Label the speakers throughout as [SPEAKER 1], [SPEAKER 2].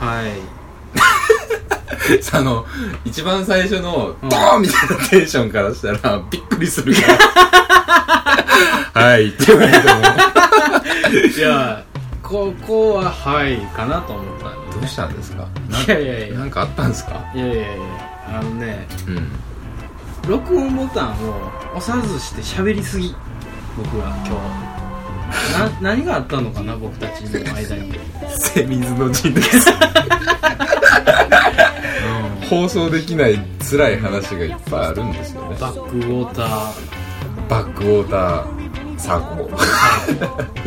[SPEAKER 1] はい
[SPEAKER 2] あの一番最初の
[SPEAKER 1] うん
[SPEAKER 2] ドーンみたいなテンションからしたらびっくりする からはいって言われても
[SPEAKER 1] いやここははいかなと思った
[SPEAKER 2] どうしたんですか
[SPEAKER 1] いやいやいや
[SPEAKER 2] なんかあったんですか
[SPEAKER 1] いやいやいやあのね
[SPEAKER 2] うん
[SPEAKER 1] 録音ボタンを押さずして喋りすぎ僕は今 日な何があったのかな僕たちの間に、
[SPEAKER 2] セミズの陣です放送できない辛い話がいっぱいあるんですよね
[SPEAKER 1] バックウォータ
[SPEAKER 2] バックウォーターサーコー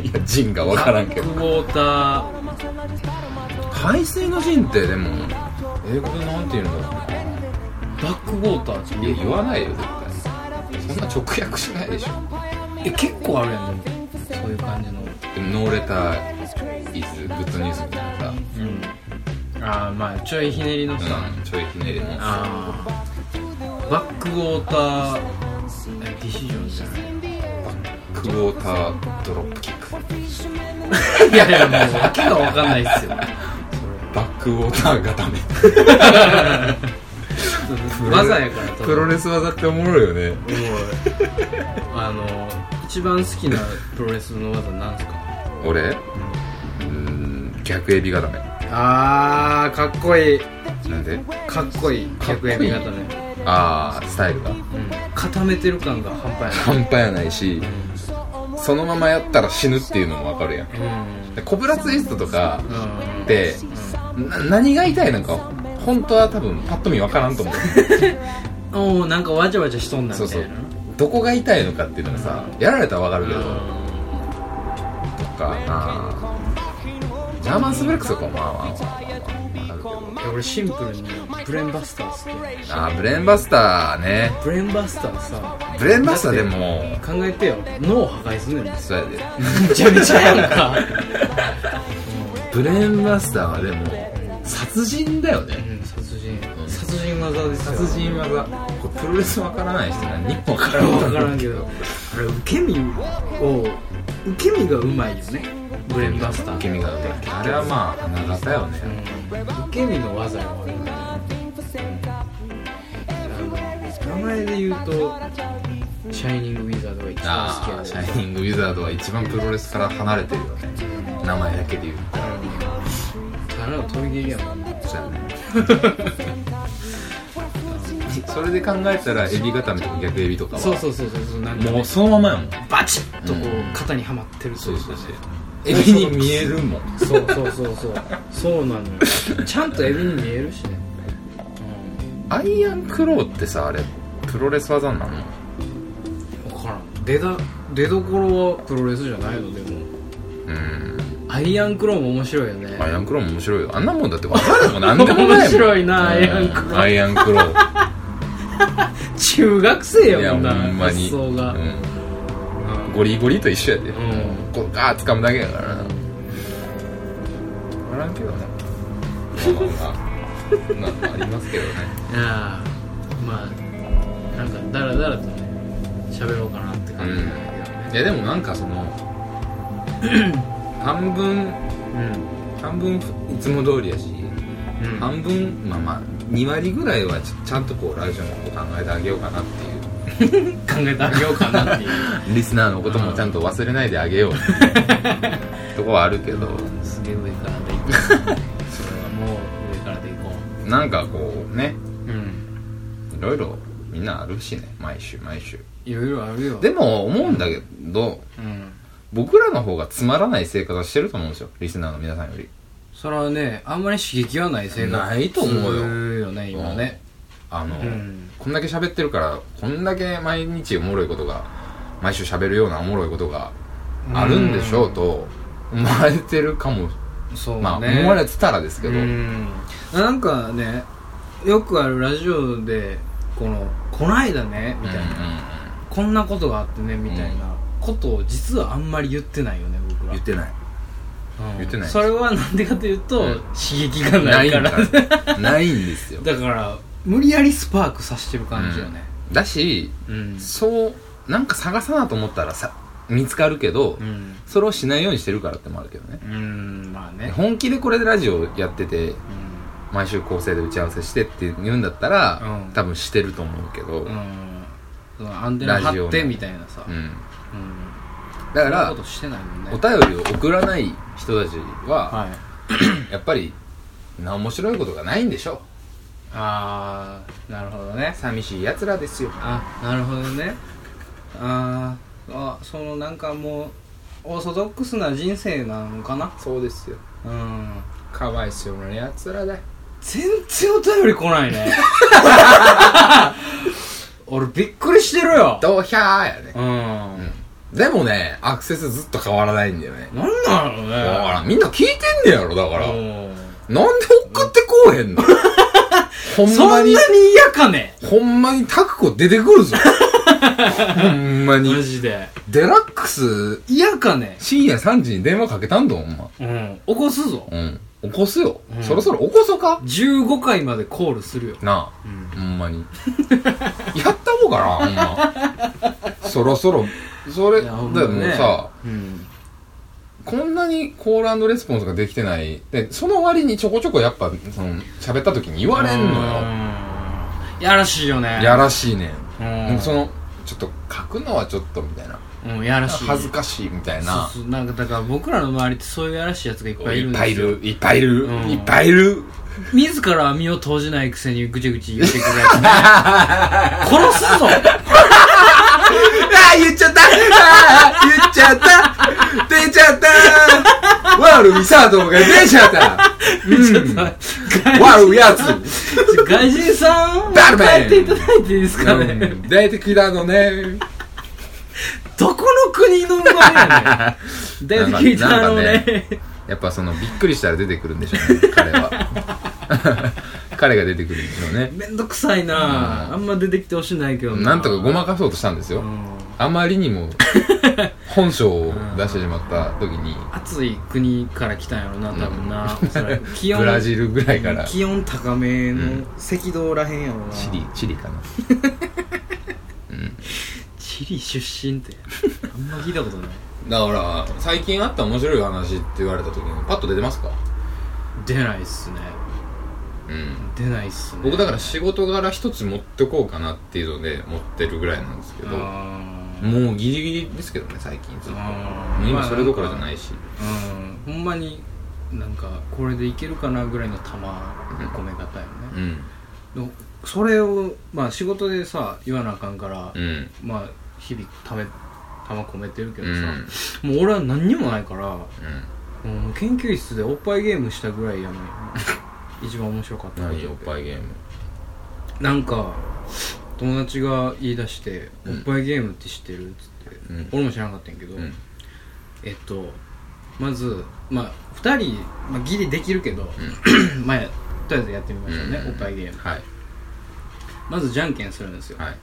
[SPEAKER 2] いや陣が分
[SPEAKER 1] ー
[SPEAKER 2] からんけ
[SPEAKER 1] バ
[SPEAKER 2] ど
[SPEAKER 1] ックウォーター
[SPEAKER 2] 海水の陣ってでも英語でなんて言うんだろうな
[SPEAKER 1] バックウォーターって
[SPEAKER 2] い
[SPEAKER 1] 言
[SPEAKER 2] や
[SPEAKER 1] う
[SPEAKER 2] 言わないよ絶対そんな直訳しないでしょ
[SPEAKER 1] え結構あるやんでもそういう感じの
[SPEAKER 2] でもノーレターイズグッドニュースみたいなさ、
[SPEAKER 1] うんああまあちょいひねりのさ、
[SPEAKER 2] うん、ちょいひねりの
[SPEAKER 1] ああバックウォーターえディシジョンじゃない
[SPEAKER 2] クォータードロップキック
[SPEAKER 1] いやいやもう訳が分かんないっすよ
[SPEAKER 2] バックウォーター固め
[SPEAKER 1] 技やから多分
[SPEAKER 2] プロレス技っておもろいよね
[SPEAKER 1] おいあの一番好きなプロレスの技なんすか
[SPEAKER 2] 俺うーん逆エビ固め
[SPEAKER 1] あーかっこいい
[SPEAKER 2] なんで
[SPEAKER 1] かっこいい逆エビ型ね
[SPEAKER 2] ああスタイルが
[SPEAKER 1] うん固めてる感が半端
[SPEAKER 2] 半端やないしそのままやったら死ぬっていうのもわかるやん
[SPEAKER 1] やない
[SPEAKER 2] でコブラツイストとか
[SPEAKER 1] うんうん
[SPEAKER 2] ってな何が痛いのか本当は多分パッと見わからんと思う
[SPEAKER 1] おおなんかわちゃわちゃしとんな
[SPEAKER 2] そう
[SPEAKER 1] みた
[SPEAKER 2] そ
[SPEAKER 1] いうな
[SPEAKER 2] どこが痛いのかっていうのがさやられたらわかるけどとかあージャーマンスブレックスとかもまあまあまあまあまあわかる
[SPEAKER 1] いや俺シンプルにブレンバスター好き
[SPEAKER 2] けどあーブレーンバスターね
[SPEAKER 1] ブレンバスターさ
[SPEAKER 2] ブレーンバスターでも
[SPEAKER 1] 考えてよ脳を破壊すんねんめ
[SPEAKER 2] そうやで
[SPEAKER 1] ちゃめちゃやんか
[SPEAKER 2] ブレーンバスターはでも殺人だよ
[SPEAKER 1] う
[SPEAKER 2] ね
[SPEAKER 1] ん殺人殺人技ですよ
[SPEAKER 2] 殺人技これプロレスわからない人が日本から
[SPEAKER 1] わからんけどあれ受け身を受け身がうまいよねブレンバスター
[SPEAKER 2] 受け身がうまいあれはまあ花形よね
[SPEAKER 1] うん受け身の技が悪い名前で言うとシャイニングウィザードが一番好き
[SPEAKER 2] あ
[SPEAKER 1] や
[SPEAKER 2] あ
[SPEAKER 1] で
[SPEAKER 2] シャイニングウィザードは一番プロレスから離れてるよね名前だけで言う
[SPEAKER 1] 腹を飛び蹴りやもん
[SPEAKER 2] とそうやね それで考えたらエビ固めとか逆エビとかは
[SPEAKER 1] そうそうそうそうそうなんか
[SPEAKER 2] もうそのままやもん
[SPEAKER 1] バチッとこ
[SPEAKER 2] う
[SPEAKER 1] う肩にはまってるというかね
[SPEAKER 2] エビに見えるもん
[SPEAKER 1] そうそうそうそうそうなのよちゃんとエビに見えるしね
[SPEAKER 2] アイアンクローってさあれプロレス技なの
[SPEAKER 1] 分からん出だ出どころはプロレスじゃないのでも
[SPEAKER 2] うん
[SPEAKER 1] アイアンクローも面白いよね
[SPEAKER 2] アイアンクローも面白いよあんなもんだって分かるもん何でもないもん
[SPEAKER 1] 面白いなアイアンクロー
[SPEAKER 2] うんアイアンクロー
[SPEAKER 1] 中学生
[SPEAKER 2] いや
[SPEAKER 1] や
[SPEAKER 2] ほ
[SPEAKER 1] もんなん
[SPEAKER 2] ま
[SPEAKER 1] 発
[SPEAKER 2] に
[SPEAKER 1] 想が
[SPEAKER 2] うん
[SPEAKER 1] うん
[SPEAKER 2] ゴリゴリと一緒やで、
[SPEAKER 1] ん
[SPEAKER 2] こうガーッ掴むだけやからな分からんけどねまあまあまあなんかありますけどね
[SPEAKER 1] ああまあなんかダラダラとね喋ろうかなって感じなんだけど
[SPEAKER 2] い
[SPEAKER 1] ね
[SPEAKER 2] やでもなんかそ の半分半分いつも通りやし
[SPEAKER 1] うん、うん
[SPEAKER 2] 半分まあまあ2割ぐらいはちちゃんとこうラジオのこと考えてあげようかなっていう
[SPEAKER 1] 考えてあげようかなっていう
[SPEAKER 2] リスナーのこともちゃんと忘れないであげよ うっていうとこはあるけど
[SPEAKER 1] すげえ上からでいこうそれはもう上からでいこ
[SPEAKER 2] なんかこうね
[SPEAKER 1] ううん
[SPEAKER 2] いろいろみんなあるしね毎週毎週
[SPEAKER 1] いろいろあるよ
[SPEAKER 2] でも思うんだけど
[SPEAKER 1] うん
[SPEAKER 2] 僕らの方がつまらない生活をしてると思うんですよリスナーの皆さんより
[SPEAKER 1] それはねあんまり刺激はない生活
[SPEAKER 2] ないと思うよ
[SPEAKER 1] するよね今ね
[SPEAKER 2] あの、
[SPEAKER 1] うん
[SPEAKER 2] こんだけ喋ってるからこんだけ毎日おもろいことが毎週喋るようなおもろいことがあるんでしょうと思われてるかも、
[SPEAKER 1] そうね
[SPEAKER 2] まあ思われてたらですけど、
[SPEAKER 1] うんなんかねよくあるラジオでこの「こないだね」みたいな、こんなことがあってね」みたいなことを実はあんまり言ってないよね僕ら
[SPEAKER 2] 言ってない
[SPEAKER 1] うん
[SPEAKER 2] 言ってない
[SPEAKER 1] それはなんでかというと、
[SPEAKER 2] うん
[SPEAKER 1] 刺激がな
[SPEAKER 2] ない
[SPEAKER 1] い
[SPEAKER 2] ん
[SPEAKER 1] から
[SPEAKER 2] だ ないんですよ
[SPEAKER 1] だから無理やりスパークさせてる感じよね
[SPEAKER 2] だし
[SPEAKER 1] うん
[SPEAKER 2] そうなんか探さなと思ったらさ見つかるけど、
[SPEAKER 1] うん、
[SPEAKER 2] それをしないようにしてるからってもあるけどね
[SPEAKER 1] うんまあね
[SPEAKER 2] 本気でこれでラジオやってて
[SPEAKER 1] うん
[SPEAKER 2] 毎週構成で打ち合わせしてって言うんだったら、
[SPEAKER 1] うん
[SPEAKER 2] 多分してると思うけど、う
[SPEAKER 1] う
[SPEAKER 2] ん
[SPEAKER 1] んそのアンテナ張ってみたいなさうんそ
[SPEAKER 2] だか
[SPEAKER 1] んな
[SPEAKER 2] ら
[SPEAKER 1] ことしてないもんね
[SPEAKER 2] お便りを送らない人たちは、
[SPEAKER 1] はい
[SPEAKER 2] やっぱりな面白いことがないんでしょ
[SPEAKER 1] ああなるほどね
[SPEAKER 2] 寂しい奴らですよ
[SPEAKER 1] あなるほどねあーあそのなんかもうオーソドックスな人生なのかな
[SPEAKER 2] そうですよ
[SPEAKER 1] うん
[SPEAKER 2] かわいそうな奴らだよ
[SPEAKER 1] 全然お便り来ないね 俺びっくりしてるよ
[SPEAKER 2] ドヒャーやね
[SPEAKER 1] う、ん、
[SPEAKER 2] でもねアクセスずっと変わらないんだよね
[SPEAKER 1] なんなのね
[SPEAKER 2] だからみんな聞いてんねやろだから
[SPEAKER 1] う
[SPEAKER 2] なんんで送ってこうへん のほん
[SPEAKER 1] そん
[SPEAKER 2] ま
[SPEAKER 1] なに
[SPEAKER 2] に
[SPEAKER 1] 嫌かね
[SPEAKER 2] ほんまにタクコ出てくるぞほんま
[SPEAKER 1] マ
[SPEAKER 2] に
[SPEAKER 1] ジで
[SPEAKER 2] デラックス
[SPEAKER 1] 嫌かね
[SPEAKER 2] 深夜3時に電話かけたんだほんま
[SPEAKER 1] うん起こすぞ
[SPEAKER 2] うん起こすよ、
[SPEAKER 1] うん
[SPEAKER 2] そろそろ起こそか
[SPEAKER 1] 15回までコールするよ
[SPEAKER 2] なあ
[SPEAKER 1] うん
[SPEAKER 2] ほんまにやったもんかなほんまそろそろそれ
[SPEAKER 1] い
[SPEAKER 2] で
[SPEAKER 1] や
[SPEAKER 2] も
[SPEAKER 1] ほんまね
[SPEAKER 2] さ
[SPEAKER 1] うん
[SPEAKER 2] こんなにコールレスポンスができてないでその割にちょこちょこやっぱその喋った時に言われんのよ
[SPEAKER 1] うんやらしいよね
[SPEAKER 2] やらしいねん、
[SPEAKER 1] うん
[SPEAKER 2] そのちょっと書くのはちょっとみたいな
[SPEAKER 1] うんやらしい
[SPEAKER 2] 恥ずかしいみたいな
[SPEAKER 1] そうそうなんかだから僕らの周りってそういうやらしいやつがいっぱいいる
[SPEAKER 2] い
[SPEAKER 1] ん
[SPEAKER 2] っ
[SPEAKER 1] で
[SPEAKER 2] ぱい
[SPEAKER 1] す
[SPEAKER 2] い
[SPEAKER 1] よ
[SPEAKER 2] るいっぱいいる、
[SPEAKER 1] うん
[SPEAKER 2] いっぱいいる
[SPEAKER 1] 自ら身を投じないくせにぐちゃぐちゃ言ってくるやつ ね殺すぞ
[SPEAKER 2] ああ言っちゃったああ言っちゃった出ちゃったワールミサートが出ちゃった
[SPEAKER 1] ちょっと
[SPEAKER 2] ワ
[SPEAKER 1] 外
[SPEAKER 2] ールやつ
[SPEAKER 1] 外人さん
[SPEAKER 2] ダルメン
[SPEAKER 1] 帰っていただいていいですかね、
[SPEAKER 2] うん出てきたのね
[SPEAKER 1] どこの国の生まれやねん だいぶ聞いたあの
[SPEAKER 2] なんか
[SPEAKER 1] ね
[SPEAKER 2] やっぱそのびっくりしたら出てくるんでしょうね彼は 彼が出てくるんでしょうね
[SPEAKER 1] めんどくさいな、
[SPEAKER 2] うん
[SPEAKER 1] あんま出てきてほしないけど
[SPEAKER 2] なんとかご
[SPEAKER 1] ま
[SPEAKER 2] まかそうとしたんですよ、
[SPEAKER 1] うん
[SPEAKER 2] あまりにも本性を出してしまった時に
[SPEAKER 1] 暑い国から来たんやろな多分な、おそら く気
[SPEAKER 2] ブラジルぐらいから
[SPEAKER 1] 気温高め
[SPEAKER 2] うん
[SPEAKER 1] の赤道らへんやろな、
[SPEAKER 2] チリチリかな
[SPEAKER 1] チリ出身ってあんま聞いたことない
[SPEAKER 2] だから最近あった面白い話って言われた時にパッと出てますか
[SPEAKER 1] 出ないっすね
[SPEAKER 2] うん
[SPEAKER 1] 出ないっすね
[SPEAKER 2] 僕だから仕事柄一つ持ってこうかなっていうので持ってるぐらいなんですけども
[SPEAKER 1] あー
[SPEAKER 2] うギリギリですけどね最近ずっと
[SPEAKER 1] あー
[SPEAKER 2] もう今それどころじゃないし、
[SPEAKER 1] うんほんまになんかこれでいけるかなぐらいの球込め方よね、
[SPEAKER 2] うん
[SPEAKER 1] でもそれをまあ仕事でさ言わなあかんから、
[SPEAKER 2] うん
[SPEAKER 1] まあ日々ため玉込めてるけ
[SPEAKER 2] う
[SPEAKER 1] ど
[SPEAKER 2] ん
[SPEAKER 1] さ、もう俺は何にもないからも
[SPEAKER 2] うん
[SPEAKER 1] う研究室でおっぱいゲームしたぐらいやね 一番面白かったこと
[SPEAKER 2] 何おっぱいゲーム
[SPEAKER 1] なんか友達が言い出して「
[SPEAKER 2] う
[SPEAKER 1] お
[SPEAKER 2] ん
[SPEAKER 1] っぱいゲームって知ってる?」っつって、
[SPEAKER 2] うん
[SPEAKER 1] 俺も知らなかったんやけど、
[SPEAKER 2] うん
[SPEAKER 1] えっとまず、まあ、2人、まあ、ギリできるけど、 前とりあえずやってみましょうね、おっぱいゲーム
[SPEAKER 2] はい
[SPEAKER 1] まずじゃんけんするんですよ、
[SPEAKER 2] はい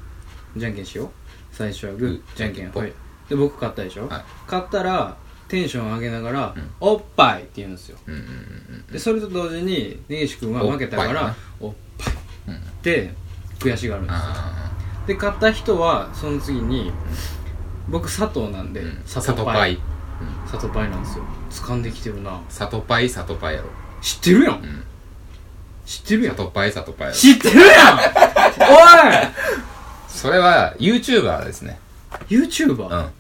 [SPEAKER 1] じゃんけんしよう最初はグ
[SPEAKER 2] う
[SPEAKER 1] ー
[SPEAKER 2] ん
[SPEAKER 1] じゃんけん
[SPEAKER 2] ぽい
[SPEAKER 1] ほいで僕勝ったでしょ、
[SPEAKER 2] はい
[SPEAKER 1] 勝ったらテンション上げながら「
[SPEAKER 2] うん
[SPEAKER 1] おっぱい」って言うんですよ
[SPEAKER 2] うんうんうん
[SPEAKER 1] でそれと同時に根岸君は負けたから「おっぱい」
[SPEAKER 2] うんうん
[SPEAKER 1] って悔しがるんですよ
[SPEAKER 2] あ
[SPEAKER 1] で買った人はその次に僕佐藤なんで、
[SPEAKER 2] ーうん
[SPEAKER 1] 佐
[SPEAKER 2] 里
[SPEAKER 1] 藤
[SPEAKER 2] パ
[SPEAKER 1] パ
[SPEAKER 2] イ
[SPEAKER 1] イ佐藤パイなんですよ掴んできてるな
[SPEAKER 2] 里パイ里パイやろ
[SPEAKER 1] 知ってるやん、
[SPEAKER 2] ん
[SPEAKER 1] 知ってるやん
[SPEAKER 2] 里パイ里パイやろ
[SPEAKER 1] 知ってるや ん
[SPEAKER 2] それは YouTuber ですね
[SPEAKER 1] おい YouTuber、
[SPEAKER 2] うん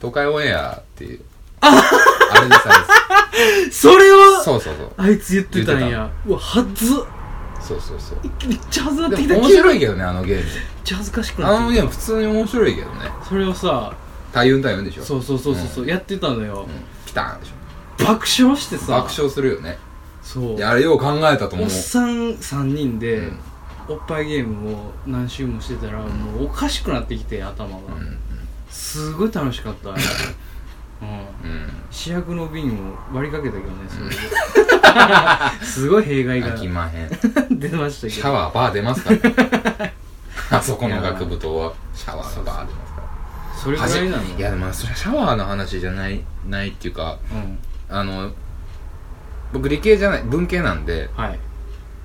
[SPEAKER 2] 東海オンエアっ ていうあれですあれです
[SPEAKER 1] それを
[SPEAKER 2] そうそうそう
[SPEAKER 1] あいつ言ってたん
[SPEAKER 2] 言
[SPEAKER 1] やうわはず
[SPEAKER 2] そうそうそう
[SPEAKER 1] めっちゃはずなってき
[SPEAKER 2] で
[SPEAKER 1] た
[SPEAKER 2] も面
[SPEAKER 1] めっ
[SPEAKER 2] 白いけどねあのゲーム
[SPEAKER 1] ちゃ恥ずかしく
[SPEAKER 2] あ
[SPEAKER 1] なっ
[SPEAKER 2] の
[SPEAKER 1] て
[SPEAKER 2] ゲーム普通に面白いけどね
[SPEAKER 1] きたそれをさ
[SPEAKER 2] 大運大運でしょ
[SPEAKER 1] そうそうそうそうそう、やってたのよ
[SPEAKER 2] う、んピターンでしょ
[SPEAKER 1] 爆笑してさ
[SPEAKER 2] 爆笑するよね
[SPEAKER 1] そう
[SPEAKER 2] いやあれよう考えたと思
[SPEAKER 1] お
[SPEAKER 2] う
[SPEAKER 1] っさん3人で、
[SPEAKER 2] うん
[SPEAKER 1] おっぱいゲームを何周もしてたら、もうおかしくなってきて頭が、
[SPEAKER 2] うん
[SPEAKER 1] すごい楽しかった、うん、
[SPEAKER 2] うん
[SPEAKER 1] 主役の瓶を割りかけたけどねそれで すごい弊害が
[SPEAKER 2] 飽きまへん
[SPEAKER 1] 出ました
[SPEAKER 2] シ
[SPEAKER 1] け
[SPEAKER 2] ャ
[SPEAKER 1] ど
[SPEAKER 2] ワーバー出ますから、ね、 あそこの学部棟はシャワーがバー出ますから
[SPEAKER 1] それぐらいなの
[SPEAKER 2] いやでもそれはシャワーの話じゃないないっていうか
[SPEAKER 1] うん
[SPEAKER 2] あの僕理系じゃない文系なんで、
[SPEAKER 1] はい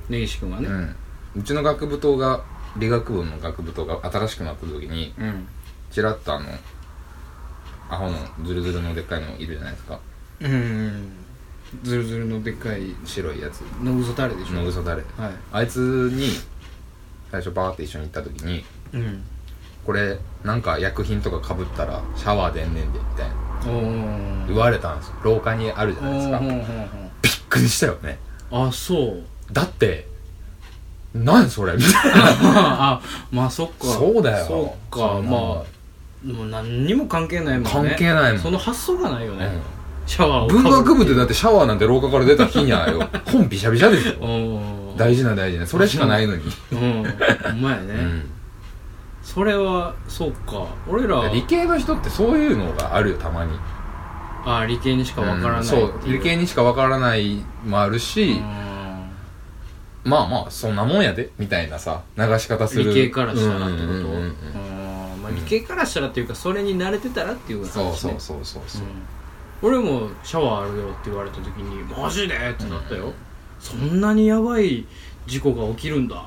[SPEAKER 1] 根岸君は
[SPEAKER 2] う
[SPEAKER 1] ね
[SPEAKER 2] ん、うちの学部棟が理学部の学部棟が新しくなった時に
[SPEAKER 1] うん
[SPEAKER 2] ちらっとあのアホのズルズルのでっかいのいるじゃないですか
[SPEAKER 1] うんズルズルのでっかい
[SPEAKER 2] 白いやつ
[SPEAKER 1] の嘘タレでしょ
[SPEAKER 2] の嘘だれ
[SPEAKER 1] はい
[SPEAKER 2] あいつに最初バーって一緒に行った時に
[SPEAKER 1] うん
[SPEAKER 2] これなんか薬品とかかぶったらシャワー出んねんでみたいな
[SPEAKER 1] おー
[SPEAKER 2] 言われたんですよ廊下にあるじゃないですか
[SPEAKER 1] おーほ
[SPEAKER 2] びっ
[SPEAKER 1] んほんほん
[SPEAKER 2] くりしたよね
[SPEAKER 1] あそう
[SPEAKER 2] だって何それみたいな
[SPEAKER 1] あまあそっか
[SPEAKER 2] そうだよ
[SPEAKER 1] そっか
[SPEAKER 2] そんな
[SPEAKER 1] まあ
[SPEAKER 2] の
[SPEAKER 1] でも何にも関係ないもんね
[SPEAKER 2] 関係ないもん
[SPEAKER 1] その発想がないよね、
[SPEAKER 2] う
[SPEAKER 1] シャワーを
[SPEAKER 2] ん文学部
[SPEAKER 1] で
[SPEAKER 2] でだってシャワーなんて廊下から出た日 にゃよ本びしゃびしゃですよ
[SPEAKER 1] うん
[SPEAKER 2] 大事な大事なそれしかないのに、
[SPEAKER 1] うんほんまやね、
[SPEAKER 2] うん
[SPEAKER 1] それはそうか俺ら
[SPEAKER 2] 理系の人ってそういうのがあるよたまに
[SPEAKER 1] あ理系にしかわからないってい
[SPEAKER 2] そう理系
[SPEAKER 1] に
[SPEAKER 2] にしかわからないもあるし、まあまあそんなもんやでみたいなさ流し方する
[SPEAKER 1] 理系からしたらってこと
[SPEAKER 2] うんうんうんうん
[SPEAKER 1] うんまあ理系からしたらっていうかそれに慣れてたらっていう話、ね、
[SPEAKER 2] そうそうそうそうそう、
[SPEAKER 1] うん俺もシャワーあるよって言われた時にマジでってなったよ、そんなにやばい事故が起きるんだ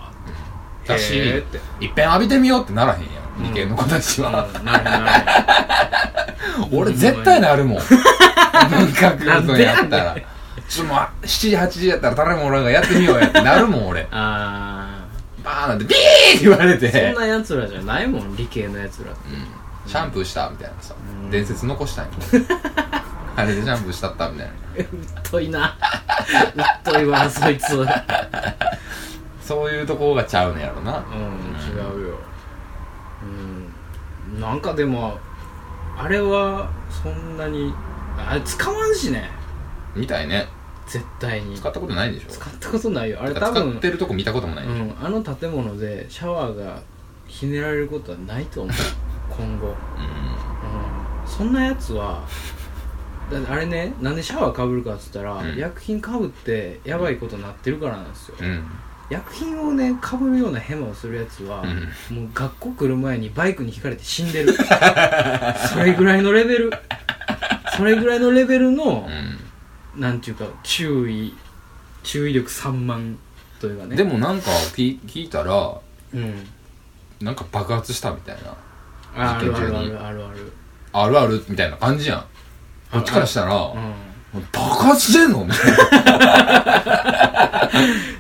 [SPEAKER 2] だし
[SPEAKER 1] へーって
[SPEAKER 2] いっぺん浴びてみようってならへんや
[SPEAKER 1] うん
[SPEAKER 2] ん理系の子たちは、
[SPEAKER 1] うんなるな
[SPEAKER 2] 俺絶対なるもん 文学
[SPEAKER 1] なん
[SPEAKER 2] 部
[SPEAKER 1] で
[SPEAKER 2] や
[SPEAKER 1] やねん
[SPEAKER 2] ったらちょっとま7時8時やったら誰もおらんがやってみようやってなるもん俺
[SPEAKER 1] あ
[SPEAKER 2] バーなんてビーって言われて
[SPEAKER 1] ーそんなやつらじゃないもん理系のやつらって
[SPEAKER 2] シャンプーしたみたいなさ、
[SPEAKER 1] うん
[SPEAKER 2] 伝説残したんよ あれでシャンプーしたったみたいな
[SPEAKER 1] うっといな うっといわそいつうん違
[SPEAKER 2] そういうとこがちゃうのやろな
[SPEAKER 1] うようんなんかでもあれはそんなにあれ使わんしね
[SPEAKER 2] みたいね
[SPEAKER 1] 絶対に
[SPEAKER 2] 使ったことないでしょ
[SPEAKER 1] 使ったことないよあれ
[SPEAKER 2] て
[SPEAKER 1] 多
[SPEAKER 2] か
[SPEAKER 1] 分
[SPEAKER 2] 使ってるとこ見たこともない、
[SPEAKER 1] うん、あの建物でシャワーがひねられることはないと思う 今後、
[SPEAKER 2] う
[SPEAKER 1] うん、そんなやつはだってあれねなんでシャワーかぶるかっつったら、
[SPEAKER 2] うん
[SPEAKER 1] 薬品かぶってやばいことになってるからなんですよ、
[SPEAKER 2] んうん
[SPEAKER 1] 薬品をねかぶるようなヘマをするやつは、もう学校来る前にバイクにひかれて死んでる それぐらいのレベルそれぐらいのレベルの
[SPEAKER 2] う、ん
[SPEAKER 1] なんていうか注意注意力3万というかね
[SPEAKER 2] でもなんか聞聞いたら
[SPEAKER 1] うん
[SPEAKER 2] なんか爆発したみたいな
[SPEAKER 1] あ
[SPEAKER 2] 実
[SPEAKER 1] る
[SPEAKER 2] 験
[SPEAKER 1] あ
[SPEAKER 2] 中
[SPEAKER 1] るあ
[SPEAKER 2] に
[SPEAKER 1] るあるある
[SPEAKER 2] あるあるみたいな感じやんこっちからしたら、
[SPEAKER 1] う
[SPEAKER 2] も
[SPEAKER 1] ん
[SPEAKER 2] う爆発してんのみたいな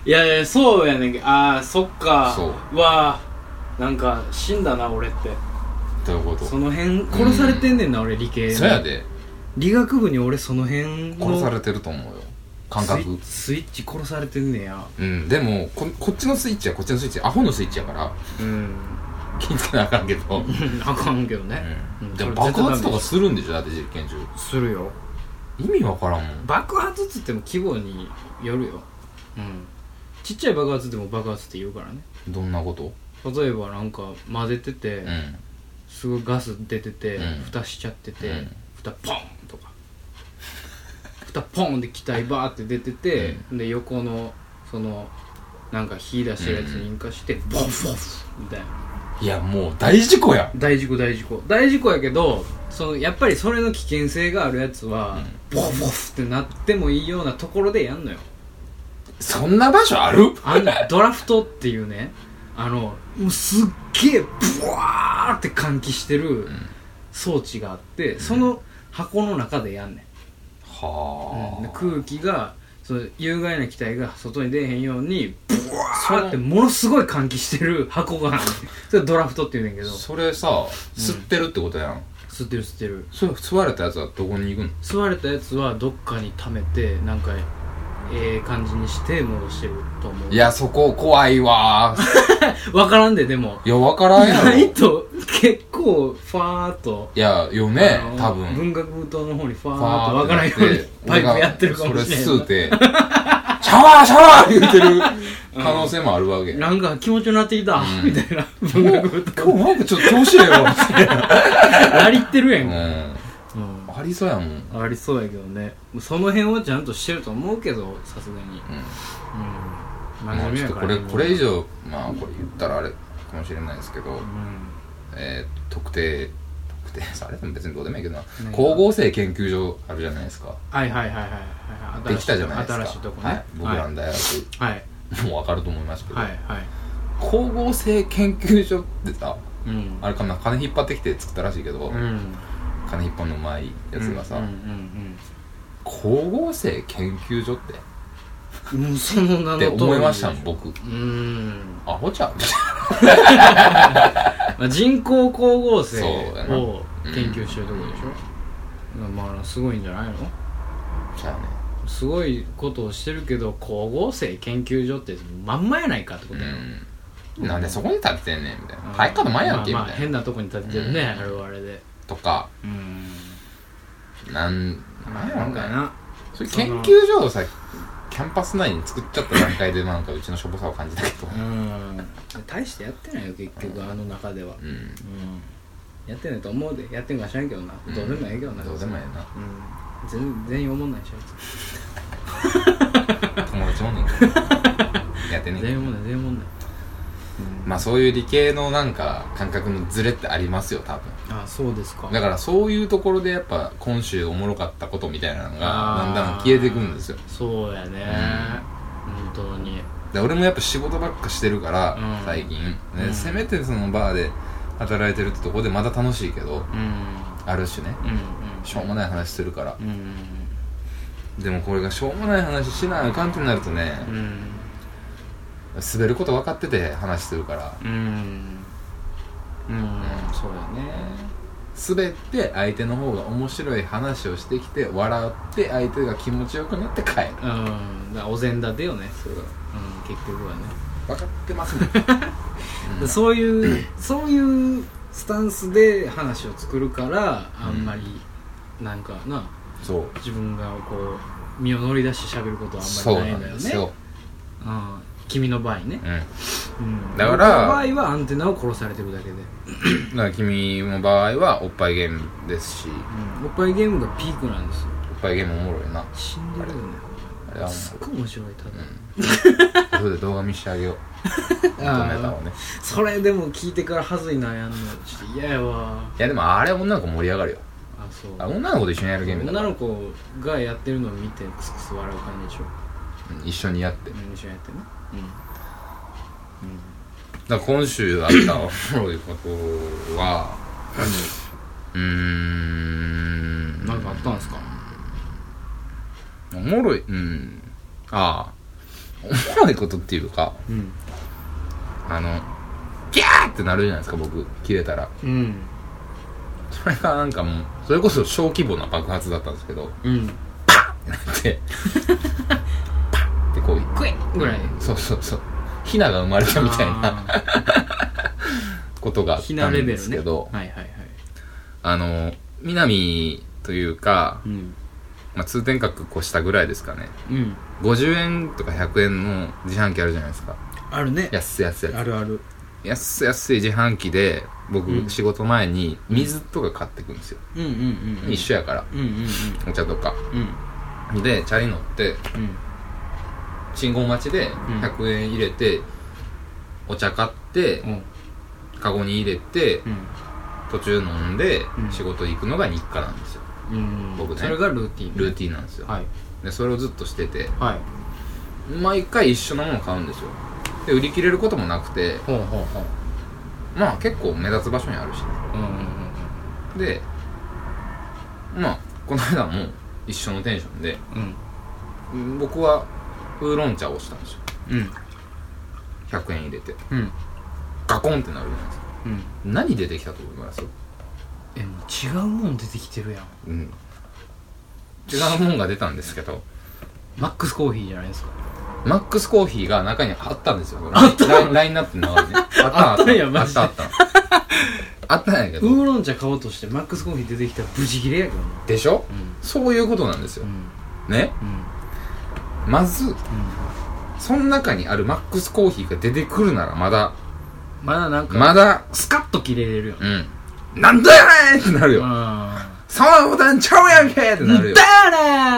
[SPEAKER 1] いやいやそうやねんけどああそっか
[SPEAKER 2] そう
[SPEAKER 1] わあなんか死んだな俺って
[SPEAKER 2] どういうこ と
[SPEAKER 1] その辺殺されてんねんな俺理系の
[SPEAKER 2] そやで
[SPEAKER 1] 理学部に俺その辺の
[SPEAKER 2] 殺されてると思うよ感
[SPEAKER 1] スイ
[SPEAKER 2] 覚
[SPEAKER 1] ッスイッチ殺されてんねや
[SPEAKER 2] うんでもここっちのスイッチはこっちのスイッチアホのスイッチやから
[SPEAKER 1] うん
[SPEAKER 2] 気ぃつけなあかんけど、
[SPEAKER 1] あかんけどね、
[SPEAKER 2] でも爆発とかするんでしょだって実験中
[SPEAKER 1] するよ
[SPEAKER 2] 意味わからんもん
[SPEAKER 1] 爆発っつっても規模によるようんちっちゃい爆発でも爆発って言うからね
[SPEAKER 2] どんなこと
[SPEAKER 1] 例えばなんか混ぜてて、
[SPEAKER 2] うん
[SPEAKER 1] すごいガス出てて、
[SPEAKER 2] うん
[SPEAKER 1] 蓋しちゃってて、
[SPEAKER 2] うん
[SPEAKER 1] 蓋ポンとか蓋ポンで機体バーって出てて、で横のそのなんか火出してるやつに引火して、ボンボンみたいない
[SPEAKER 2] やもう大事故や
[SPEAKER 1] 大事故大事故大事故やけどそのやっぱりそれの危険性があるやつは、ボンボンってなってもいいようなところでやんのよ
[SPEAKER 2] そんな場所ある
[SPEAKER 1] あ のドラフトっていうねあのもうすっげえブワーって換気してる装置があって、その箱の中でやんねん、うん
[SPEAKER 2] はあ、
[SPEAKER 1] 空気がその有害な気体が外に出えへんようにブワーってものすごい換気してる箱があんねんそれドラフトって言うねんけど
[SPEAKER 2] それさ吸ってるってことやん、
[SPEAKER 1] 吸ってる吸ってる
[SPEAKER 2] それ吸われたやつはどこに行くの
[SPEAKER 1] 吸われたやつはどっかに溜めてなんかええ感じにして戻してると思う
[SPEAKER 2] いやそこ怖いわー
[SPEAKER 1] 分からんででも
[SPEAKER 2] いやわからん
[SPEAKER 1] 意
[SPEAKER 2] やろ
[SPEAKER 1] 外
[SPEAKER 2] い
[SPEAKER 1] と結構ファーっと
[SPEAKER 2] やよね
[SPEAKER 1] あの
[SPEAKER 2] 多分
[SPEAKER 1] 文学部棟の方にファ
[SPEAKER 2] フ
[SPEAKER 1] ーっと分からんようにパイプやってるかもしれ
[SPEAKER 2] それ吸
[SPEAKER 1] な
[SPEAKER 2] うてシャワーシャワー言ってる可能性もあるわけ、
[SPEAKER 1] いなんか気持ちになってきた、
[SPEAKER 2] うん
[SPEAKER 1] みたいな文
[SPEAKER 2] 今
[SPEAKER 1] 学
[SPEAKER 2] 日
[SPEAKER 1] 部棟
[SPEAKER 2] なんかちょっと調子ええわみたいな
[SPEAKER 1] なりってるやんか、
[SPEAKER 2] う
[SPEAKER 1] うん
[SPEAKER 2] んありそうやもん、うん、
[SPEAKER 1] ありそうやけどねその辺はちゃんとしてると思うけどさすがにうん真面
[SPEAKER 2] まあ
[SPEAKER 1] 目
[SPEAKER 2] ちょっ
[SPEAKER 1] や
[SPEAKER 2] と
[SPEAKER 1] か
[SPEAKER 2] こ
[SPEAKER 1] らね
[SPEAKER 2] れこれ以上まあこれ言ったらあれかもしれないですけど、
[SPEAKER 1] うん
[SPEAKER 2] えー特定特定さあれでも別にどうでもいいけどな光合成研究所あるじゃないですか
[SPEAKER 1] はいはいはいはいはい
[SPEAKER 2] できたじゃないですか
[SPEAKER 1] 新しいとこね
[SPEAKER 2] はい、僕らの大学、
[SPEAKER 1] はい
[SPEAKER 2] もう分かると思いますけど、
[SPEAKER 1] はいはい
[SPEAKER 2] 光合成研究所ってさ
[SPEAKER 1] うん
[SPEAKER 2] あれかな金引っ張ってきて作ったらしいけど、
[SPEAKER 1] うん
[SPEAKER 2] 金引っ張るのうまいやつがさ、
[SPEAKER 1] うんうん
[SPEAKER 2] 光合成研究所って
[SPEAKER 1] もうその名の
[SPEAKER 2] っ
[SPEAKER 1] 通
[SPEAKER 2] て
[SPEAKER 1] り
[SPEAKER 2] 思いましたもん
[SPEAKER 1] う
[SPEAKER 2] 僕
[SPEAKER 1] ーん、
[SPEAKER 2] アホちゃう
[SPEAKER 1] まあ、人工光合成
[SPEAKER 2] そうやな
[SPEAKER 1] を研究してるとこでしょ、まあすごいんじゃないの
[SPEAKER 2] ちゃうね
[SPEAKER 1] すごいことをしてるけど光合成研究所ってまんまやないかってことやろ、
[SPEAKER 2] うん、なんでそこに立ってんねんみたいな
[SPEAKER 1] うん
[SPEAKER 2] 早川の前やんけみ
[SPEAKER 1] まあ、まあ
[SPEAKER 2] たい
[SPEAKER 1] 変
[SPEAKER 2] な
[SPEAKER 1] なとこに立ててるね、
[SPEAKER 2] う
[SPEAKER 1] あ
[SPEAKER 2] ん
[SPEAKER 1] れはあれで
[SPEAKER 2] とか
[SPEAKER 1] うん
[SPEAKER 2] なんなんや
[SPEAKER 1] な
[SPEAKER 2] ろ
[SPEAKER 1] ん
[SPEAKER 2] う
[SPEAKER 1] か
[SPEAKER 2] ね
[SPEAKER 1] な
[SPEAKER 2] それ
[SPEAKER 1] その
[SPEAKER 2] 研究所をさキャンパス内に作っちゃった段階でなんかうちのしょぼさを感じたけど
[SPEAKER 1] うん大してやってないよ結局あの中では
[SPEAKER 2] うん
[SPEAKER 1] うんやってないと思うでやってんか知らんけどなどうでもええけどな
[SPEAKER 2] どうでもえ
[SPEAKER 1] うん全全員思んないでしょ
[SPEAKER 2] えな友達もね んけどやってんねんけ
[SPEAKER 1] 全
[SPEAKER 2] ど
[SPEAKER 1] 員思んない全員思んない
[SPEAKER 2] まあそういう理系のなんか感覚のズレってありますよ多分
[SPEAKER 1] あそうですか
[SPEAKER 2] だからそういうところでやっぱ今週おもろかったことみたいなのが
[SPEAKER 1] あー
[SPEAKER 2] だんだん消えてくんですよ
[SPEAKER 1] そうやね本当に
[SPEAKER 2] で俺もやっぱ仕事ばっかしてるから、
[SPEAKER 1] うん
[SPEAKER 2] 最近、ね
[SPEAKER 1] うん
[SPEAKER 2] せめてそのバーで働いてるってとこでまだ楽しいけど
[SPEAKER 1] うん
[SPEAKER 2] あるしね
[SPEAKER 1] うん
[SPEAKER 2] しょうもない話するから
[SPEAKER 1] う、ん
[SPEAKER 2] でもこれがしょうもない話しなあかんってなるとね、
[SPEAKER 1] うん
[SPEAKER 2] 滑ること分かってて話するから
[SPEAKER 1] うんうんそうやね
[SPEAKER 2] 滑って相手の方が面白い話をしてきて笑って相手が気持ちよくなって帰る
[SPEAKER 1] うんだからお膳立てよねそれはうん結局はね
[SPEAKER 2] 分かってます ねうん
[SPEAKER 1] そういうそういうスタンスで話を作るからあんまりなんかな
[SPEAKER 2] そう
[SPEAKER 1] 自分がこう身を乗り出して喋ることはあ
[SPEAKER 2] そ
[SPEAKER 1] ん
[SPEAKER 2] う
[SPEAKER 1] まり
[SPEAKER 2] な
[SPEAKER 1] ないんだ
[SPEAKER 2] ん
[SPEAKER 1] よ
[SPEAKER 2] で
[SPEAKER 1] ね
[SPEAKER 2] すよ、
[SPEAKER 1] うん君の場合ね
[SPEAKER 2] う、ん、
[SPEAKER 1] うん、
[SPEAKER 2] だから
[SPEAKER 1] 僕の場合はアンテナを殺されてるだけで、
[SPEAKER 2] だから君の場合はおっぱいゲームですし
[SPEAKER 1] うん、おっぱいゲームがピークなんですよ
[SPEAKER 2] おっぱいゲームおもろいな
[SPEAKER 1] 死んでるよね
[SPEAKER 2] あれはおも
[SPEAKER 1] すっごい面白いただ、
[SPEAKER 2] ろいそれで動画見してあげ よう元ネタをね
[SPEAKER 1] それでも聞いてからはずいなやんのちょっと嫌やわ
[SPEAKER 2] いやでもあれ女の子盛り上がるよ
[SPEAKER 1] あそう
[SPEAKER 2] あ女の子と一緒にやるゲームだか
[SPEAKER 1] 女
[SPEAKER 2] ら
[SPEAKER 1] の子がやってるのを見てクスクス笑う感じでしょ
[SPEAKER 2] うん一緒にやってだか
[SPEAKER 1] うん一緒にやってね
[SPEAKER 2] ら今週あったおもろいことはうーん
[SPEAKER 1] 何かあったんですか
[SPEAKER 2] おもろいうんああおもろいことっていうか
[SPEAKER 1] うん
[SPEAKER 2] あのギャーってなるじゃないですか僕切れたら
[SPEAKER 1] うん
[SPEAKER 2] それがなんかもうそれこそ小規模な爆発だったんですけど
[SPEAKER 1] うん
[SPEAKER 2] でパッてこう
[SPEAKER 1] クイッぐらい
[SPEAKER 2] そうそうそうヒナが生まれたみたいな
[SPEAKER 1] な
[SPEAKER 2] ことがあっ
[SPEAKER 1] ひ
[SPEAKER 2] た
[SPEAKER 1] なレ
[SPEAKER 2] ん
[SPEAKER 1] ベ
[SPEAKER 2] で
[SPEAKER 1] ル
[SPEAKER 2] す
[SPEAKER 1] ね
[SPEAKER 2] けど、
[SPEAKER 1] はいはいはい
[SPEAKER 2] あの南というか
[SPEAKER 1] う、ん
[SPEAKER 2] まあ、通天閣越したぐらいですかね
[SPEAKER 1] うん
[SPEAKER 2] 50円とか100円の自販機あるじゃないですか
[SPEAKER 1] あるね
[SPEAKER 2] 安い安い
[SPEAKER 1] あるある
[SPEAKER 2] 安い安い自販機で
[SPEAKER 1] う
[SPEAKER 2] 僕
[SPEAKER 1] ん
[SPEAKER 2] 仕事前に水とか買ってくんですよ、
[SPEAKER 1] うんうんうん
[SPEAKER 2] 一緒やから
[SPEAKER 1] うんうんうん
[SPEAKER 2] お茶とか
[SPEAKER 1] うん
[SPEAKER 2] でチャリ乗って
[SPEAKER 1] うん
[SPEAKER 2] 信号待ちで
[SPEAKER 1] ん
[SPEAKER 2] 100円入れて、お茶買って、
[SPEAKER 1] うん
[SPEAKER 2] カゴに入れて、
[SPEAKER 1] うん
[SPEAKER 2] 途中飲んで、
[SPEAKER 1] うん
[SPEAKER 2] 仕事行くのが日課なんですよ
[SPEAKER 1] うん
[SPEAKER 2] 僕ね
[SPEAKER 1] それがルーティン
[SPEAKER 2] ルーティンなんですよ、
[SPEAKER 1] はい
[SPEAKER 2] でそれをずっとしてて
[SPEAKER 1] はい
[SPEAKER 2] 毎回一緒のものを買うんですよで売り切れることもなくて
[SPEAKER 1] ほうほうほう
[SPEAKER 2] まあ結構目立つ場所にあるしね
[SPEAKER 1] うんうん
[SPEAKER 2] でまあこの間も一緒のテンションで
[SPEAKER 1] うん
[SPEAKER 2] うん僕はウーロン茶をしたんですよ
[SPEAKER 1] うん
[SPEAKER 2] 100円入れて
[SPEAKER 1] うん
[SPEAKER 2] ガコンってなるじゃないですか
[SPEAKER 1] うん
[SPEAKER 2] 何出てきたと思います
[SPEAKER 1] えもう違うもん出てきてるやん
[SPEAKER 2] うん違うもんが出たんですけど
[SPEAKER 1] マックスコーヒーじゃないですか
[SPEAKER 2] マックスコーヒーが中にあったんですよ。あったラインラインナップの中にね。あった
[SPEAKER 1] あったんやマジで
[SPEAKER 2] あったあった。あったんやけ
[SPEAKER 1] ウ
[SPEAKER 2] ど。
[SPEAKER 1] ーロン茶買おうとしてマックスコーヒー出てきたらブチギレやけどな
[SPEAKER 2] でしょ
[SPEAKER 1] うん
[SPEAKER 2] そういうことなんです
[SPEAKER 1] う
[SPEAKER 2] よ。
[SPEAKER 1] ん
[SPEAKER 2] ね。
[SPEAKER 1] うん
[SPEAKER 2] まず、
[SPEAKER 1] う
[SPEAKER 2] その中にあるマックスコーヒーが出てくるならまだ、
[SPEAKER 1] んまだなんか
[SPEAKER 2] まだ、
[SPEAKER 1] スカッと切れれるよね
[SPEAKER 2] うん。なんだよねんってなるよ。
[SPEAKER 1] あ
[SPEAKER 2] そんなボタンちゃうやんけって
[SPEAKER 1] ー
[SPEAKER 2] なるよ。
[SPEAKER 1] ダ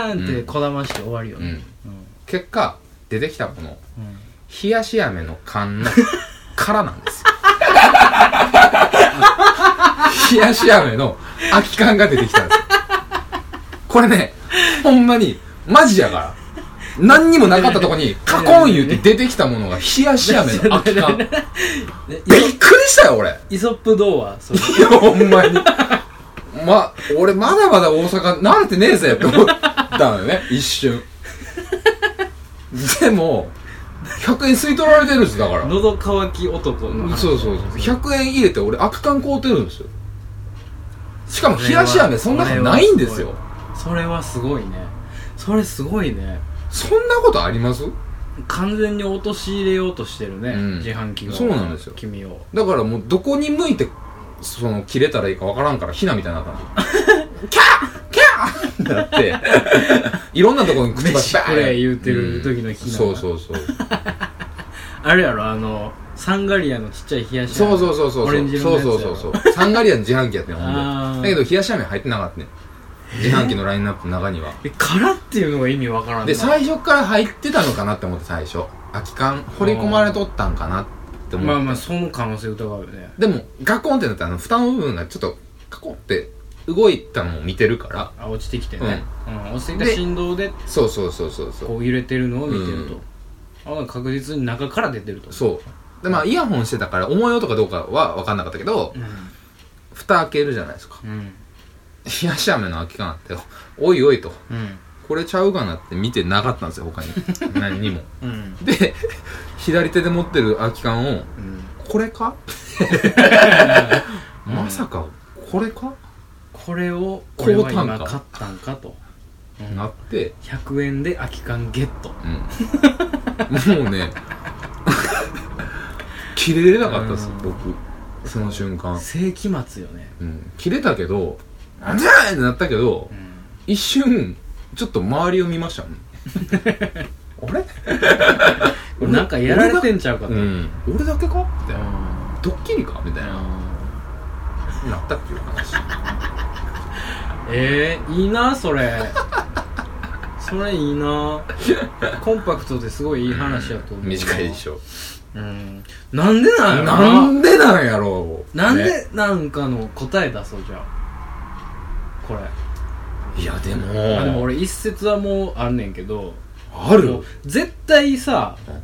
[SPEAKER 1] ーンっ
[SPEAKER 2] う
[SPEAKER 1] て
[SPEAKER 2] ん
[SPEAKER 1] こだまして終わるよ
[SPEAKER 2] う
[SPEAKER 1] ね
[SPEAKER 2] ん。結果、出てきたもの、
[SPEAKER 1] うん
[SPEAKER 2] 冷やし飴の缶の からなんです よ。冷やし飴の空き缶が出てきたんですよ。これね、ほんまに、マジやから。何にもなかったとこ に、カコン言うて出てきたものが冷やし飴の空 き缶。びっ
[SPEAKER 1] ね
[SPEAKER 2] くりしたよ、俺。
[SPEAKER 1] イソップ童話それ
[SPEAKER 2] いやほんまに。ま、俺まだまだ大阪、慣れてねえぜって思うったのよね一瞬でも100円吸い取られてるんですだから
[SPEAKER 1] 喉乾き男の話
[SPEAKER 2] そうそうそう100円入れて俺悪感買うてるんですよしかも冷やし飴そんなのないんですよ
[SPEAKER 1] それはすごいねそれすごいね
[SPEAKER 2] そんなことあります
[SPEAKER 1] 完全に落とし入れようとしてるね、
[SPEAKER 2] うん
[SPEAKER 1] 自販機が
[SPEAKER 2] そうなんですよ
[SPEAKER 1] 君を
[SPEAKER 2] だからもうどこに向いてその切れたらいいかわからんからヒナみたいになったん ですよキャーキャーって なっていろんなところに口ばし
[SPEAKER 1] 飯食え言うてる時のヒナが
[SPEAKER 2] そうそうそう
[SPEAKER 1] あれやろあのサンガリアのちっちゃい冷やし
[SPEAKER 2] そうそうそうそう
[SPEAKER 1] オレンジ色の
[SPEAKER 2] そ
[SPEAKER 1] や
[SPEAKER 2] う
[SPEAKER 1] つ
[SPEAKER 2] そうそうそうサンガリアの自販機やってんほ
[SPEAKER 1] あー
[SPEAKER 2] んでだけど冷やし飴入ってなかったね自販機のラインナップの中には
[SPEAKER 1] え殻っていうのが意味わからんな
[SPEAKER 2] で最初から入ってたのかなって思って最初空き缶掘り込まれとったんかなって思って
[SPEAKER 1] まあまあその可能性疑うよね
[SPEAKER 2] でもガコンってなったらあの蓋の部分がちょっとカコンって動いたのを見てるから
[SPEAKER 1] あ落ちてきてね、うん落ちてきた振動で
[SPEAKER 2] そうそうそうそうそう
[SPEAKER 1] こう揺れてるのを見てると、あ確実に中から出てると
[SPEAKER 2] そうでまあイヤホンしてたから重い音かどうかは分かんなかったけど
[SPEAKER 1] う
[SPEAKER 2] 蓋開けるじゃないですか
[SPEAKER 1] んうん
[SPEAKER 2] 冷やし飴の空き缶あっておいおいと
[SPEAKER 1] うん
[SPEAKER 2] これちゃうかなって見てなかったんですよ他に何にも
[SPEAKER 1] うん
[SPEAKER 2] で左手で持ってる空き缶を
[SPEAKER 1] うん
[SPEAKER 2] これかまさかこれか、
[SPEAKER 1] これを
[SPEAKER 2] 高
[SPEAKER 1] 俺は
[SPEAKER 2] 単価
[SPEAKER 1] 今買ったんかと、うん
[SPEAKER 2] なって、
[SPEAKER 1] 100円で空き缶ゲット
[SPEAKER 2] うん、もうね切れれなかったです
[SPEAKER 1] うん
[SPEAKER 2] 僕その瞬間、
[SPEAKER 1] 世紀末よね
[SPEAKER 2] うん、切れたけどなんじゃいってなったけど
[SPEAKER 1] うん
[SPEAKER 2] 一瞬ちょっと周りを見ましたもん あれ俺
[SPEAKER 1] なんかやられてんちゃうかと、
[SPEAKER 2] うん、俺だけかみたいな
[SPEAKER 1] あ
[SPEAKER 2] ドッキリかみたいな
[SPEAKER 1] ー
[SPEAKER 2] なったっていう話
[SPEAKER 1] えー、いいなそ れそれいいなコンパクトですごいいい話やと思うな
[SPEAKER 2] 短いでしょ
[SPEAKER 1] うんなんでなんやろ
[SPEAKER 2] なんでなんやろう
[SPEAKER 1] なんで
[SPEAKER 2] ね
[SPEAKER 1] なんかの答え出そうじゃあこれ
[SPEAKER 2] いやでも
[SPEAKER 1] あでも俺一説はもうあんねんけど
[SPEAKER 2] ある
[SPEAKER 1] もう絶対さ
[SPEAKER 2] うん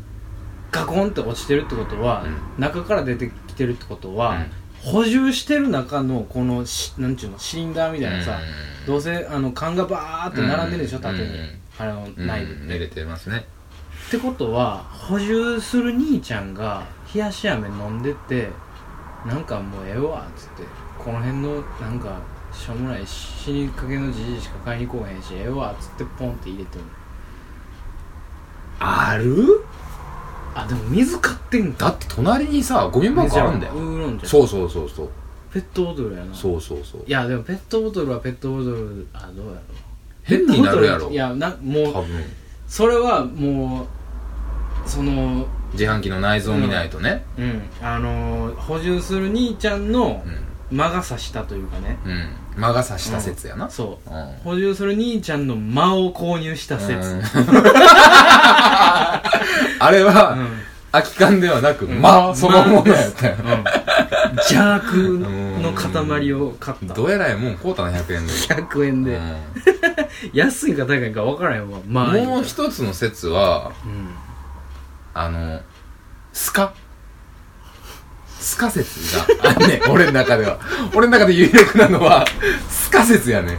[SPEAKER 1] ガコンって落ちてるってことは、
[SPEAKER 2] う
[SPEAKER 1] 中から出てきてるってこと
[SPEAKER 2] う
[SPEAKER 1] は、
[SPEAKER 2] ん
[SPEAKER 1] 補充してる中のこのしなんちゅうのシリンダーみたいなさ、
[SPEAKER 2] うん
[SPEAKER 1] どうせあの缶がバーって並んでるでしょ
[SPEAKER 2] うん
[SPEAKER 1] 縦に、
[SPEAKER 2] うん
[SPEAKER 1] あの内部って、
[SPEAKER 2] うん入れてますね
[SPEAKER 1] ってことは補充する兄ちゃんが冷やし飴飲んでてなんかもうええわっつってこの辺のなんかしょうもない死にかけのじじいしか買いに来おへんしええわっつってポンって入れてる
[SPEAKER 2] ある
[SPEAKER 1] あでも水買ってんか
[SPEAKER 2] だって隣にさゴミ箱あるんだ
[SPEAKER 1] ウ
[SPEAKER 2] よ
[SPEAKER 1] ーロン茶
[SPEAKER 2] そうそうそうそう
[SPEAKER 1] ペットボトルやな
[SPEAKER 2] そうそうそう
[SPEAKER 1] いやでもペットボトルはペットボトルあどうやろ
[SPEAKER 2] 変になるやろ
[SPEAKER 1] いやなもう
[SPEAKER 2] 多分
[SPEAKER 1] それはもうその
[SPEAKER 2] 自販機の内臓見ないとね
[SPEAKER 1] うんあのー補充する兄ちゃんの
[SPEAKER 2] う
[SPEAKER 1] 魔が差したというかね
[SPEAKER 2] んうん魔が差した説やな
[SPEAKER 1] そううん補充する兄ちゃんの間を購入した説
[SPEAKER 2] うん あれ
[SPEAKER 1] うん
[SPEAKER 2] は空き缶ではなく間そのものやったよ
[SPEAKER 1] 邪悪の塊を買った
[SPEAKER 2] どうやらえもん買うたな100円で
[SPEAKER 1] 100円で、
[SPEAKER 2] うん
[SPEAKER 1] 安いか高いか分からへんわまあ
[SPEAKER 2] もう一つの説は
[SPEAKER 1] うん
[SPEAKER 2] あのスカスカ説があ んねん俺の中では俺の中で有力なのはスカ説 やねん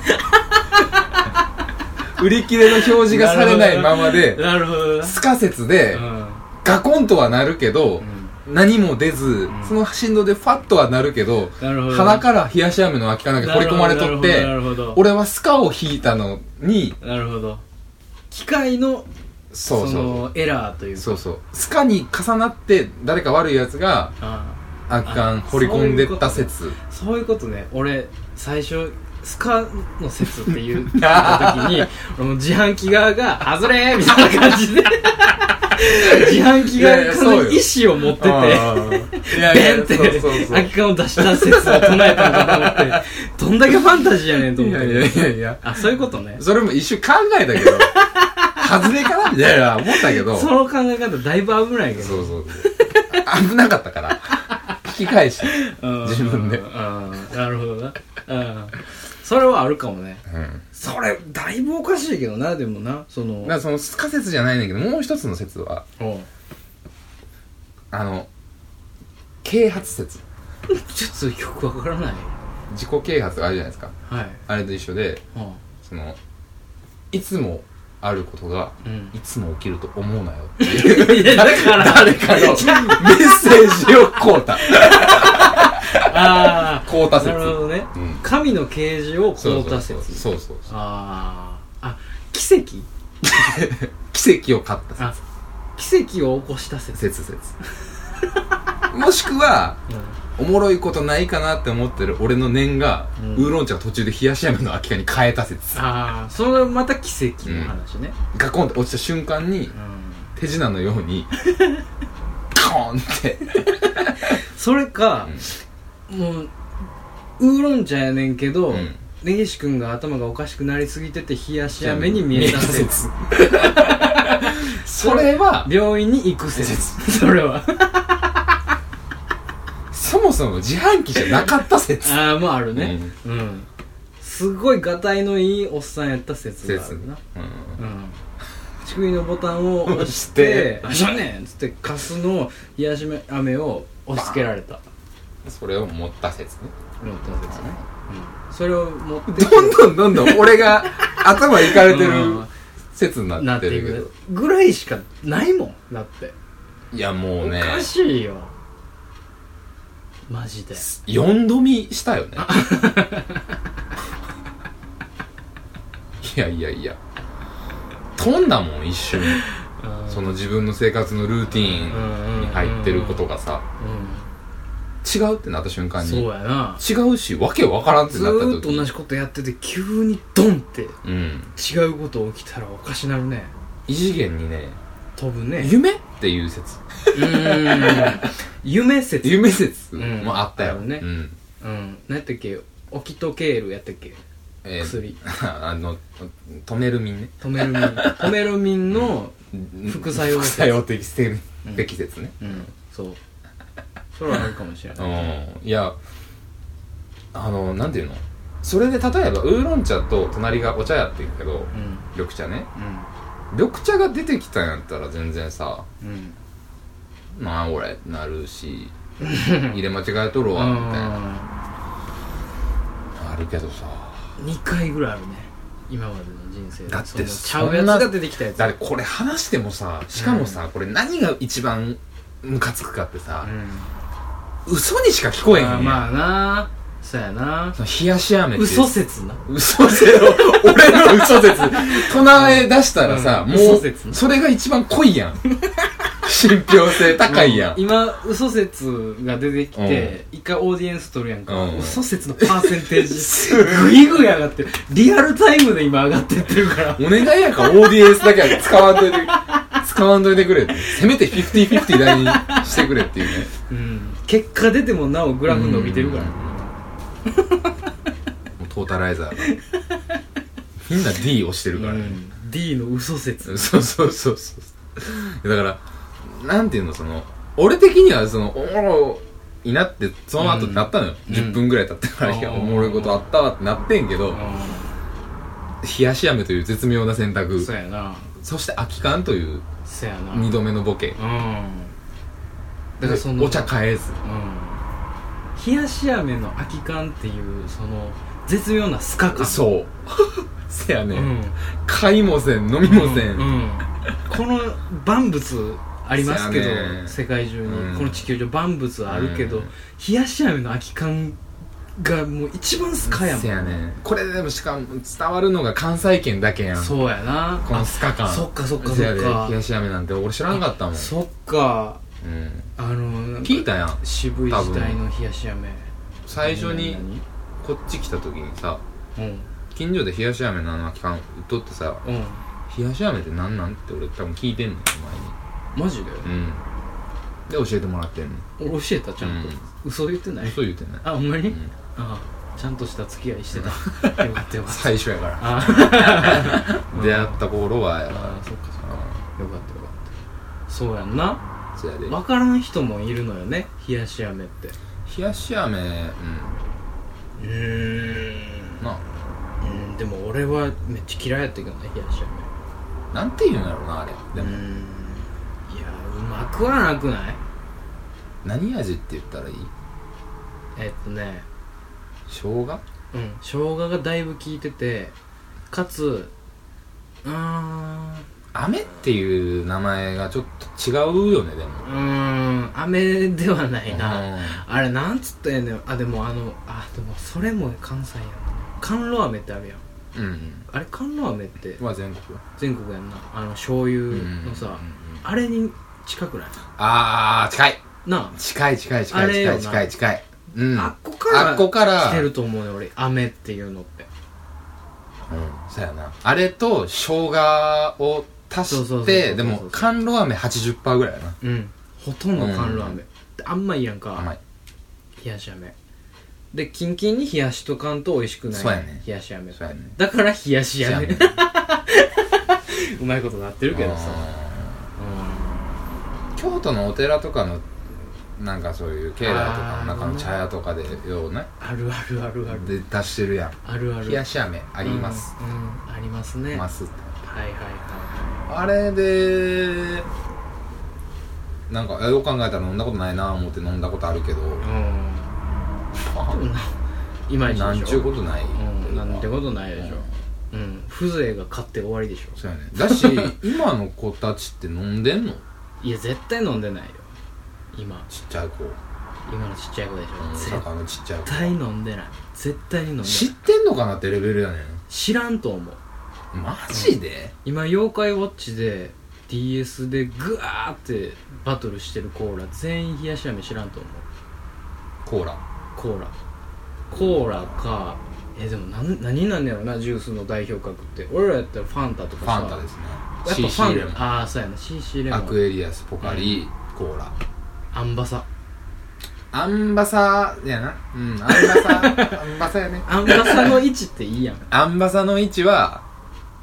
[SPEAKER 2] 売り切れの表示がされないままで
[SPEAKER 1] なるほどな
[SPEAKER 2] スカ説で
[SPEAKER 1] うん
[SPEAKER 2] ガコンとはなるけど、何も出ず、
[SPEAKER 1] ん
[SPEAKER 2] その振動でファッとはなるけど
[SPEAKER 1] なるほど
[SPEAKER 2] 鼻から冷やし飴の空き缶だけ掘り込まれとって
[SPEAKER 1] なるほど
[SPEAKER 2] 俺はスカを引いたのに
[SPEAKER 1] なるほど機械の
[SPEAKER 2] そ
[SPEAKER 1] そう
[SPEAKER 2] そう
[SPEAKER 1] のエラーというか
[SPEAKER 2] そうそうスカに重なって誰か悪いやつが
[SPEAKER 1] あ
[SPEAKER 2] あかん
[SPEAKER 1] あ
[SPEAKER 2] 掘り込んでった説
[SPEAKER 1] あそういうことね俺最初スカの説っていう言った時 に俺もう自販機側が「外れ!」みたいな感じで自販機側が完全に意思を持ってて
[SPEAKER 2] ていや
[SPEAKER 1] ベンっ
[SPEAKER 2] そ
[SPEAKER 1] て
[SPEAKER 2] うそうそう
[SPEAKER 1] 空き缶を出した説を唱えたんだと思ってどんだけファンタジーやねんと
[SPEAKER 2] い
[SPEAKER 1] 思っ
[SPEAKER 2] や
[SPEAKER 1] て
[SPEAKER 2] いやいやいや
[SPEAKER 1] あそういうことね
[SPEAKER 2] それも一瞬考えたけど外れかなみたいな思ったけど
[SPEAKER 1] そ
[SPEAKER 2] そう
[SPEAKER 1] の考え方だいぶ危ないけど
[SPEAKER 2] そうそうあ危なかったから引き返して
[SPEAKER 1] うん
[SPEAKER 2] 自分で
[SPEAKER 1] うんなるほどなうんそれはあるかもね
[SPEAKER 2] うん
[SPEAKER 1] それだいぶおかしいけどなでもなその
[SPEAKER 2] だからそのスカ説じゃないんだけどもう一つの説は
[SPEAKER 1] おう
[SPEAKER 2] あの啓発説
[SPEAKER 1] ちょっとよくわからない
[SPEAKER 2] 自己啓発があるじゃないですか
[SPEAKER 1] はい
[SPEAKER 2] あれと一緒で
[SPEAKER 1] うん
[SPEAKER 2] そのいつもあることが
[SPEAKER 1] うん
[SPEAKER 2] いつも起きると思うなよっていう
[SPEAKER 1] いやだ から
[SPEAKER 2] 誰かのメッセージをこうた
[SPEAKER 1] ああ
[SPEAKER 2] こうた説
[SPEAKER 1] なるほどね、
[SPEAKER 2] うん
[SPEAKER 1] 神の啓示をこうた説
[SPEAKER 2] そうそうそう
[SPEAKER 1] あああ奇跡
[SPEAKER 2] 奇跡を勝った
[SPEAKER 1] あ奇跡を起こした説
[SPEAKER 2] 説説もしくは
[SPEAKER 1] うん
[SPEAKER 2] おもろいことないかなって思ってる俺の念が、
[SPEAKER 1] うん
[SPEAKER 2] ウーロン茶を途中で冷やし飴の空き缶に変えた説
[SPEAKER 1] ああそれはまた奇跡の話ね、
[SPEAKER 2] ガコンって落ちた瞬間に
[SPEAKER 1] うん
[SPEAKER 2] 手品のよう にコーンって
[SPEAKER 1] それか、もうウーロン茶やねんけど、
[SPEAKER 2] うん
[SPEAKER 1] 根岸君が頭がおかしくなりすぎてて冷やし飴に見えた 説
[SPEAKER 2] それは
[SPEAKER 1] 病院に行く説それは
[SPEAKER 2] そもそも自販機じゃなかった説
[SPEAKER 1] ああもうあるねうん、すごいがたいのいいおっさんやった説があ
[SPEAKER 2] 説
[SPEAKER 1] るな
[SPEAKER 2] うん
[SPEAKER 1] うん乳首のボタンを押し
[SPEAKER 2] 押して
[SPEAKER 1] て「あしゃねん!」っつってカスの冷やし飴を押し付けられた
[SPEAKER 2] それを持った説ね
[SPEAKER 1] 思った説ね、うん、それを持って
[SPEAKER 2] どんどんどんどん俺が頭いかれてる
[SPEAKER 1] うん
[SPEAKER 2] 説にな
[SPEAKER 1] な
[SPEAKER 2] っ
[SPEAKER 1] っててい
[SPEAKER 2] るけど
[SPEAKER 1] くぐらいしかないもんだって
[SPEAKER 2] いやも
[SPEAKER 1] お
[SPEAKER 2] うね
[SPEAKER 1] かしいよマジで
[SPEAKER 2] 4度見し たよねいやいやいや飛んだもん一瞬その自分の生活のルーティーンに入ってることがさ
[SPEAKER 1] う
[SPEAKER 2] 違うってなった瞬間
[SPEAKER 1] ん
[SPEAKER 2] に
[SPEAKER 1] そうやな
[SPEAKER 2] 違うしわけわからんって
[SPEAKER 1] ず
[SPEAKER 2] なった時
[SPEAKER 1] ーっと同じことやってて急にドンって
[SPEAKER 2] うん
[SPEAKER 1] 違うこと起きたらおかしなるね
[SPEAKER 2] 異次元にね
[SPEAKER 1] 飛ぶね
[SPEAKER 2] 夢っていう説
[SPEAKER 1] うーん 夢説
[SPEAKER 2] 夢説
[SPEAKER 1] うん
[SPEAKER 2] もあったよ
[SPEAKER 1] あるね
[SPEAKER 2] うん
[SPEAKER 1] うん何やったっけオキトケールやったっけ
[SPEAKER 2] えー
[SPEAKER 1] 薬
[SPEAKER 2] あの止めるみんね
[SPEAKER 1] トメ ルミントメルミンの副作用
[SPEAKER 2] 副作用的説適切ね
[SPEAKER 1] うんそうそれはあるかもしれない
[SPEAKER 2] うんいやあのなんていうのそれで例えばウーロン茶と隣がお茶やってるけど
[SPEAKER 1] うん
[SPEAKER 2] 緑茶ね緑茶が出てきたんやったら全然さ
[SPEAKER 1] うんうん
[SPEAKER 2] 「なん俺」ってなるし「入れ間違えとるわ」みたいなあるけどさ
[SPEAKER 1] 2回ぐらいあるね今までの人生で
[SPEAKER 2] だって
[SPEAKER 1] そのちゃうやつが出てきたやつ
[SPEAKER 2] だってこれ話してもさしかもさ、これ何が一番ムカつくかってさ
[SPEAKER 1] う、ん
[SPEAKER 2] 嘘にしか聞こえへん
[SPEAKER 1] ま
[SPEAKER 2] や
[SPEAKER 1] あ
[SPEAKER 2] ん、
[SPEAKER 1] まあなそうやな
[SPEAKER 2] その冷やし飴って
[SPEAKER 1] 嘘説な
[SPEAKER 2] 嘘説を俺の嘘説唱え出したらさ、
[SPEAKER 1] うん
[SPEAKER 2] も
[SPEAKER 1] 嘘説
[SPEAKER 2] う
[SPEAKER 1] ね
[SPEAKER 2] それが一番濃いやん信憑性高いやん、
[SPEAKER 1] うん今嘘説が出てきて一回オーディエンス取るやんか
[SPEAKER 2] うん
[SPEAKER 1] 嘘説のパーセンテー ジグイグイ上がってるリアルタイムで今上がってってるから
[SPEAKER 2] お願いやから ODS だけは使わんといて使わんといてくれってせめて50-50台にしてくれっていうね
[SPEAKER 1] うん結果出てもなおグラフ伸びてるから
[SPEAKER 2] うんもうトータライザーがみんな D 押してるからね、
[SPEAKER 1] うん D の嘘説
[SPEAKER 2] そうそうそうそう。だから、なんていうの、その、俺的には、その、おもろいなって、その後
[SPEAKER 1] うん
[SPEAKER 2] なったのよ。
[SPEAKER 1] うん
[SPEAKER 2] 10分ぐらい経ったから、いや、
[SPEAKER 1] あー
[SPEAKER 2] おもろいことあったわってなってんけど、冷やし飴という絶妙な選
[SPEAKER 1] う
[SPEAKER 2] 択
[SPEAKER 1] ん、そうやな
[SPEAKER 2] そして空き缶という
[SPEAKER 1] そうやな
[SPEAKER 2] 2度目のボケ。
[SPEAKER 1] うんだからその
[SPEAKER 2] お茶変えず。
[SPEAKER 1] うん冷やし飴の空き缶っていうその絶妙なスカ感
[SPEAKER 2] そう。 せやね、
[SPEAKER 1] うん
[SPEAKER 2] 買いもせん、飲みもせ
[SPEAKER 1] うん
[SPEAKER 2] ん。
[SPEAKER 1] この万物ありますけど、
[SPEAKER 2] せやね
[SPEAKER 1] 世界中に、
[SPEAKER 2] うん
[SPEAKER 1] この地球上万物あるけど、
[SPEAKER 2] うん
[SPEAKER 1] 冷やし飴の空き缶がもう一番スカやもん
[SPEAKER 2] せやねこれでもしかも伝わるのが関西圏だけやん。
[SPEAKER 1] そうやな
[SPEAKER 2] このスカ感。
[SPEAKER 1] あそっかそっかそっか
[SPEAKER 2] せやで、冷やし飴なんて俺知らんかったもん。
[SPEAKER 1] そっか
[SPEAKER 2] うん。
[SPEAKER 1] あのなんか
[SPEAKER 2] 聞いたやん
[SPEAKER 1] 渋い時代の冷やし飴
[SPEAKER 2] 最初に
[SPEAKER 1] 何
[SPEAKER 2] こっち来た時にさ
[SPEAKER 1] 々
[SPEAKER 2] 近所で冷やし飴のあの期間売っとってさ
[SPEAKER 1] うんうん
[SPEAKER 2] 冷やし飴ってなんなんって俺多分聞いてんのよ
[SPEAKER 1] マジで、
[SPEAKER 2] 前にうんで教えてもらってんの
[SPEAKER 1] 俺教えたちゃんと、
[SPEAKER 2] うん
[SPEAKER 1] 嘘言ってない
[SPEAKER 2] 嘘言うてない
[SPEAKER 1] あほんまに、
[SPEAKER 2] うん
[SPEAKER 1] ああちゃんとした付き合いしてたよかったよかった
[SPEAKER 2] 最初やから
[SPEAKER 1] ああ
[SPEAKER 2] 出会った頃はや
[SPEAKER 1] あ
[SPEAKER 2] か
[SPEAKER 1] あそっかそっかよかったよかったそうやんな
[SPEAKER 2] らそやで
[SPEAKER 1] 分からん人もいるのよね冷やし飴って
[SPEAKER 2] 冷やし飴うん
[SPEAKER 1] うーん
[SPEAKER 2] な
[SPEAKER 1] うんでも俺はめっちゃ嫌いやったけどね冷やし
[SPEAKER 2] なんて言うんやろなあれで
[SPEAKER 1] 飴うー
[SPEAKER 2] も
[SPEAKER 1] んいやうまくはなくない
[SPEAKER 2] 何味って言ったらいい
[SPEAKER 1] えっとね
[SPEAKER 2] 生姜
[SPEAKER 1] うん生姜がだいぶ効いててかつうーん
[SPEAKER 2] 雨っていう名前がちょっと違うよねでも
[SPEAKER 1] うーん雨ではないな、
[SPEAKER 2] うん
[SPEAKER 1] あれなんつったんやねんあでもあのあでもそれも関西やん甘露飴ってあるやん
[SPEAKER 2] うん
[SPEAKER 1] あれ甘露飴って
[SPEAKER 2] は全国
[SPEAKER 1] 全国やんなあの醤油のさ、
[SPEAKER 2] うん
[SPEAKER 1] あれに近くない
[SPEAKER 2] ああ近い
[SPEAKER 1] なあ
[SPEAKER 2] 近い近い近
[SPEAKER 1] あ
[SPEAKER 2] い
[SPEAKER 1] れよ
[SPEAKER 2] 近
[SPEAKER 1] ない
[SPEAKER 2] 近い近いうん
[SPEAKER 1] あっこから
[SPEAKER 2] あっこから
[SPEAKER 1] 来てると思うよ俺飴っていうのって
[SPEAKER 2] うんそうやなあれと生姜を足
[SPEAKER 1] そうそうそうそう
[SPEAKER 2] し
[SPEAKER 1] そ
[SPEAKER 2] て
[SPEAKER 1] う
[SPEAKER 2] でも甘露飴80%ぐらいやな
[SPEAKER 1] うんほとんど甘露飴、
[SPEAKER 2] うん
[SPEAKER 1] あんまいやんか
[SPEAKER 2] 甘い
[SPEAKER 1] 冷やし飴でキンキンに冷やしとかんと美味しくない
[SPEAKER 2] そうやね
[SPEAKER 1] 冷やし飴って
[SPEAKER 2] そうやね
[SPEAKER 1] だから冷やし
[SPEAKER 2] や
[SPEAKER 1] 飴
[SPEAKER 2] め
[SPEAKER 1] うまいことなってるけどさうん
[SPEAKER 2] 京都のお寺とかのなんかそういう境内とかの中の茶屋とかでようね
[SPEAKER 1] あるあるあるある
[SPEAKER 2] で出してるやん
[SPEAKER 1] あるある
[SPEAKER 2] 冷やし飴あります、
[SPEAKER 1] うん、うんありますね
[SPEAKER 2] ま
[SPEAKER 1] はい
[SPEAKER 2] すって
[SPEAKER 1] はいは
[SPEAKER 2] あれでなんかえよく考えたら飲んだことないな思って飲んだことあるけど
[SPEAKER 1] いは
[SPEAKER 2] あ
[SPEAKER 1] いうんでもないまいち
[SPEAKER 2] なん
[SPEAKER 1] で
[SPEAKER 2] ち
[SPEAKER 1] し
[SPEAKER 2] ゅ
[SPEAKER 1] ょ
[SPEAKER 2] うことない
[SPEAKER 1] うんなんてことないでしょ
[SPEAKER 2] うん
[SPEAKER 1] うん風情が勝って終わりでしょ
[SPEAKER 2] そうやね だし今の子たちって飲んでんの
[SPEAKER 1] いや絶対飲んでないよ今
[SPEAKER 2] ちっちゃい子
[SPEAKER 1] 今のちっちゃい子でしょ絶
[SPEAKER 2] 大阪のちっちゃい
[SPEAKER 1] 絶対飲んでない絶対に飲んで
[SPEAKER 2] 子
[SPEAKER 1] ない
[SPEAKER 2] 知ってんのかなってレベルやね
[SPEAKER 1] 知らんと思うん
[SPEAKER 2] マジで、
[SPEAKER 1] 今妖怪ウォッチで DS でグワーってバトルしてるコーラ全員冷やし飴知らんと思う
[SPEAKER 2] コーラ
[SPEAKER 1] コーラコーラかえでも何何なんやろなジュースの代表格って俺らやったらファンタと
[SPEAKER 2] フ
[SPEAKER 1] かさ
[SPEAKER 2] ァンタですね
[SPEAKER 1] やっぱ
[SPEAKER 2] CC
[SPEAKER 1] フ
[SPEAKER 2] レ
[SPEAKER 1] ァ
[SPEAKER 2] モ
[SPEAKER 1] ン
[SPEAKER 2] ン
[SPEAKER 1] タああそうやな CC レモ
[SPEAKER 2] アク
[SPEAKER 1] ン
[SPEAKER 2] エリアスポカリコーラ
[SPEAKER 1] アンバサ
[SPEAKER 2] アンバサやなうんアンバ サアンバサやね
[SPEAKER 1] アンバサの位置っていいやん
[SPEAKER 2] アンバサの位置は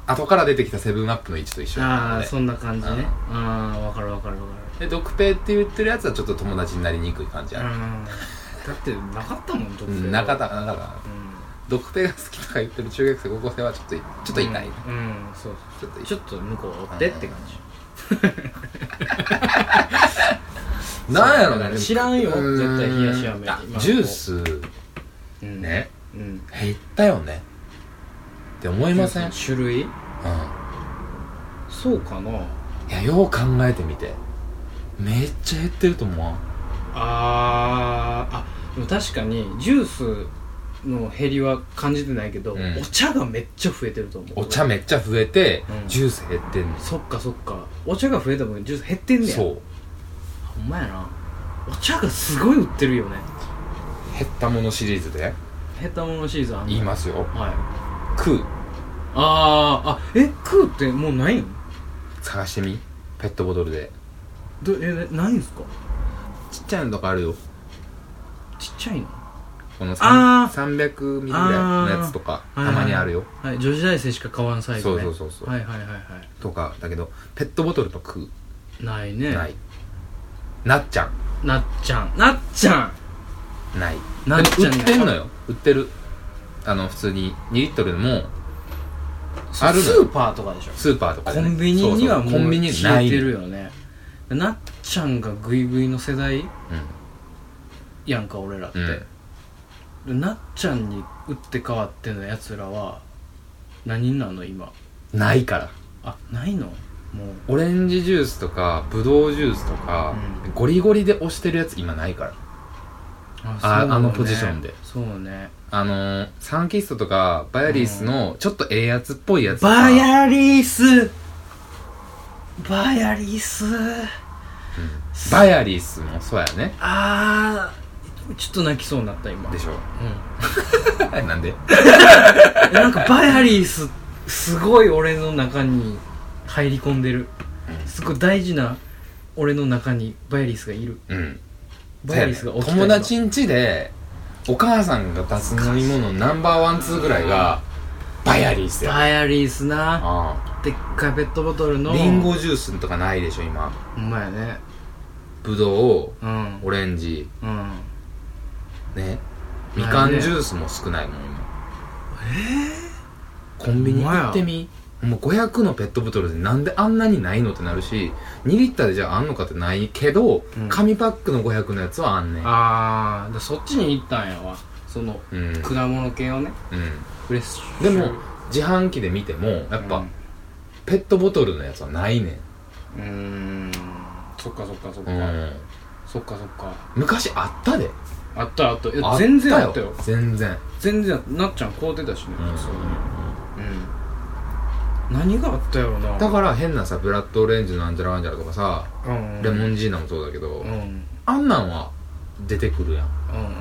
[SPEAKER 2] 後から出てきたセブンアップの位置と一緒
[SPEAKER 1] ああ
[SPEAKER 2] で
[SPEAKER 1] そんな感じねああわかるわかるわかる
[SPEAKER 2] で毒ペイって言ってるやつはちょっと友達になりにくい感じある、
[SPEAKER 1] あーだってなかったもん特
[SPEAKER 2] うん、なかったなかった毒ペイが好きとか言ってる中学生高校生はちょっとちょっと痛い、
[SPEAKER 1] うん、うん、そうそう
[SPEAKER 2] ちょっと痛い
[SPEAKER 1] ちょっと向こう追ってって感じ
[SPEAKER 2] なんやろねでも
[SPEAKER 1] 知らんよ
[SPEAKER 2] うーん
[SPEAKER 1] 絶対冷やし飴
[SPEAKER 2] あ
[SPEAKER 1] 今
[SPEAKER 2] ジュース
[SPEAKER 1] うん
[SPEAKER 2] ね
[SPEAKER 1] うん
[SPEAKER 2] 減ったよねって思いませんうん
[SPEAKER 1] ジュースの種類そうかない
[SPEAKER 2] やよう考えてみてめっちゃ減ってると思わん
[SPEAKER 1] あーあでも確かにジュースの減りは感じてないけど、
[SPEAKER 2] うん
[SPEAKER 1] お茶がめっちゃ増えてると思う
[SPEAKER 2] お茶めっちゃ増えて、
[SPEAKER 1] うん
[SPEAKER 2] ジュース減ってんの
[SPEAKER 1] そっかそっかお茶が増えた分ジュース減ってんねや
[SPEAKER 2] そう
[SPEAKER 1] ほんまやなお茶がすごい売ってるよね
[SPEAKER 2] 減ったものシリーズで
[SPEAKER 1] 減ったものシリーズあんの
[SPEAKER 2] 言いますよ
[SPEAKER 1] はい
[SPEAKER 2] 食う
[SPEAKER 1] あーあえ食うってもうないん
[SPEAKER 2] 探してみペットボトルで
[SPEAKER 1] どえないんすか
[SPEAKER 2] ちっちゃいのとかあるよ
[SPEAKER 1] ちっちゃいの
[SPEAKER 2] この
[SPEAKER 1] あー
[SPEAKER 2] 300ミリぐらいのやつとか
[SPEAKER 1] あー
[SPEAKER 2] たまにあるよ
[SPEAKER 1] はい女子大生しか買わんサイズね
[SPEAKER 2] そうそうそうそう
[SPEAKER 1] はいはいはいは
[SPEAKER 2] とかだけどペットボトルと食う
[SPEAKER 1] いないね
[SPEAKER 2] ないなっちゃん
[SPEAKER 1] なっちゃんなっちゃん
[SPEAKER 2] ない
[SPEAKER 1] なっちゃん
[SPEAKER 2] でも売ってんのよ売ってるあの普通に2リットルでもあるの
[SPEAKER 1] スーパーとかでしょ
[SPEAKER 2] スーパーとか
[SPEAKER 1] コ
[SPEAKER 2] でね
[SPEAKER 1] ンビニにはもう
[SPEAKER 2] そうそうコンビニにな
[SPEAKER 1] 消
[SPEAKER 2] い
[SPEAKER 1] えて
[SPEAKER 2] の
[SPEAKER 1] るよねなっちゃんがグイグイの世代やんか俺らって、
[SPEAKER 2] うん、うん、
[SPEAKER 1] でなっちゃんに打って変わってのやつらは何なの今
[SPEAKER 2] ないから
[SPEAKER 1] あないのもう
[SPEAKER 2] オレンジジュースとかブドウジュースとか、ゴリゴリで押してるやつ今ないから
[SPEAKER 1] あ
[SPEAKER 2] あ
[SPEAKER 1] そうね
[SPEAKER 2] あのポジションで
[SPEAKER 1] そうね
[SPEAKER 2] あのー、サンキストとかバヤリースのちょっとええやつっぽいやつとか
[SPEAKER 1] バヤリースバヤリース
[SPEAKER 2] バヤリースもそうやね
[SPEAKER 1] あーちょっと泣きそうになった今
[SPEAKER 2] でしょ
[SPEAKER 1] う
[SPEAKER 2] なんで
[SPEAKER 1] ん、なんかバイアリースすごい俺の中に入り込んでるすごい大事な俺の中にバイアリースがいる
[SPEAKER 2] うん
[SPEAKER 1] バイアリースが起きた
[SPEAKER 2] 友達ん家でお母さんが出す飲み物ナンバーワンツーぐらいがバヤリース
[SPEAKER 1] 今
[SPEAKER 2] や
[SPEAKER 1] バイアリースな
[SPEAKER 2] あ
[SPEAKER 1] でっかいペットボトル
[SPEAKER 2] あ
[SPEAKER 1] の
[SPEAKER 2] リンゴジュースとかないでしょ今
[SPEAKER 1] ほんまやね
[SPEAKER 2] ブドウ
[SPEAKER 1] うん
[SPEAKER 2] オレンジ
[SPEAKER 1] うん
[SPEAKER 2] ねみかんジュースも少ないもん今ええコンビニ行ってみもう500のペットボトルでなんであんなにないのってなるし2リッターでじゃああんのかってないけど、
[SPEAKER 1] うん
[SPEAKER 2] 紙パックの500のやつはあんねん
[SPEAKER 1] ああそっちに行ったんやわその
[SPEAKER 2] うん、
[SPEAKER 1] 果物系をね
[SPEAKER 2] う
[SPEAKER 1] フレッシ
[SPEAKER 2] ん、でも自販機で見てもやっぱ、
[SPEAKER 1] うん
[SPEAKER 2] ペットボトルのやつはないね
[SPEAKER 1] うーんそっかそっかそっ
[SPEAKER 2] ん、う
[SPEAKER 1] か、
[SPEAKER 2] ん、
[SPEAKER 1] そっかそっか
[SPEAKER 2] 昔あったで
[SPEAKER 1] あったあったいや
[SPEAKER 2] あ
[SPEAKER 1] 全然あったよ
[SPEAKER 2] 全然
[SPEAKER 1] 全然あったなっちゃん買うてたしね、
[SPEAKER 2] うん
[SPEAKER 1] 普通にうん何があったやろな
[SPEAKER 2] だから変なさブラッドオレンジのアンジャラアンジャラとかさ
[SPEAKER 1] うんうん
[SPEAKER 2] レモンジーナもそうだけど、
[SPEAKER 1] うんうんうん
[SPEAKER 2] あんなんは出てくるやん
[SPEAKER 1] うんうんうん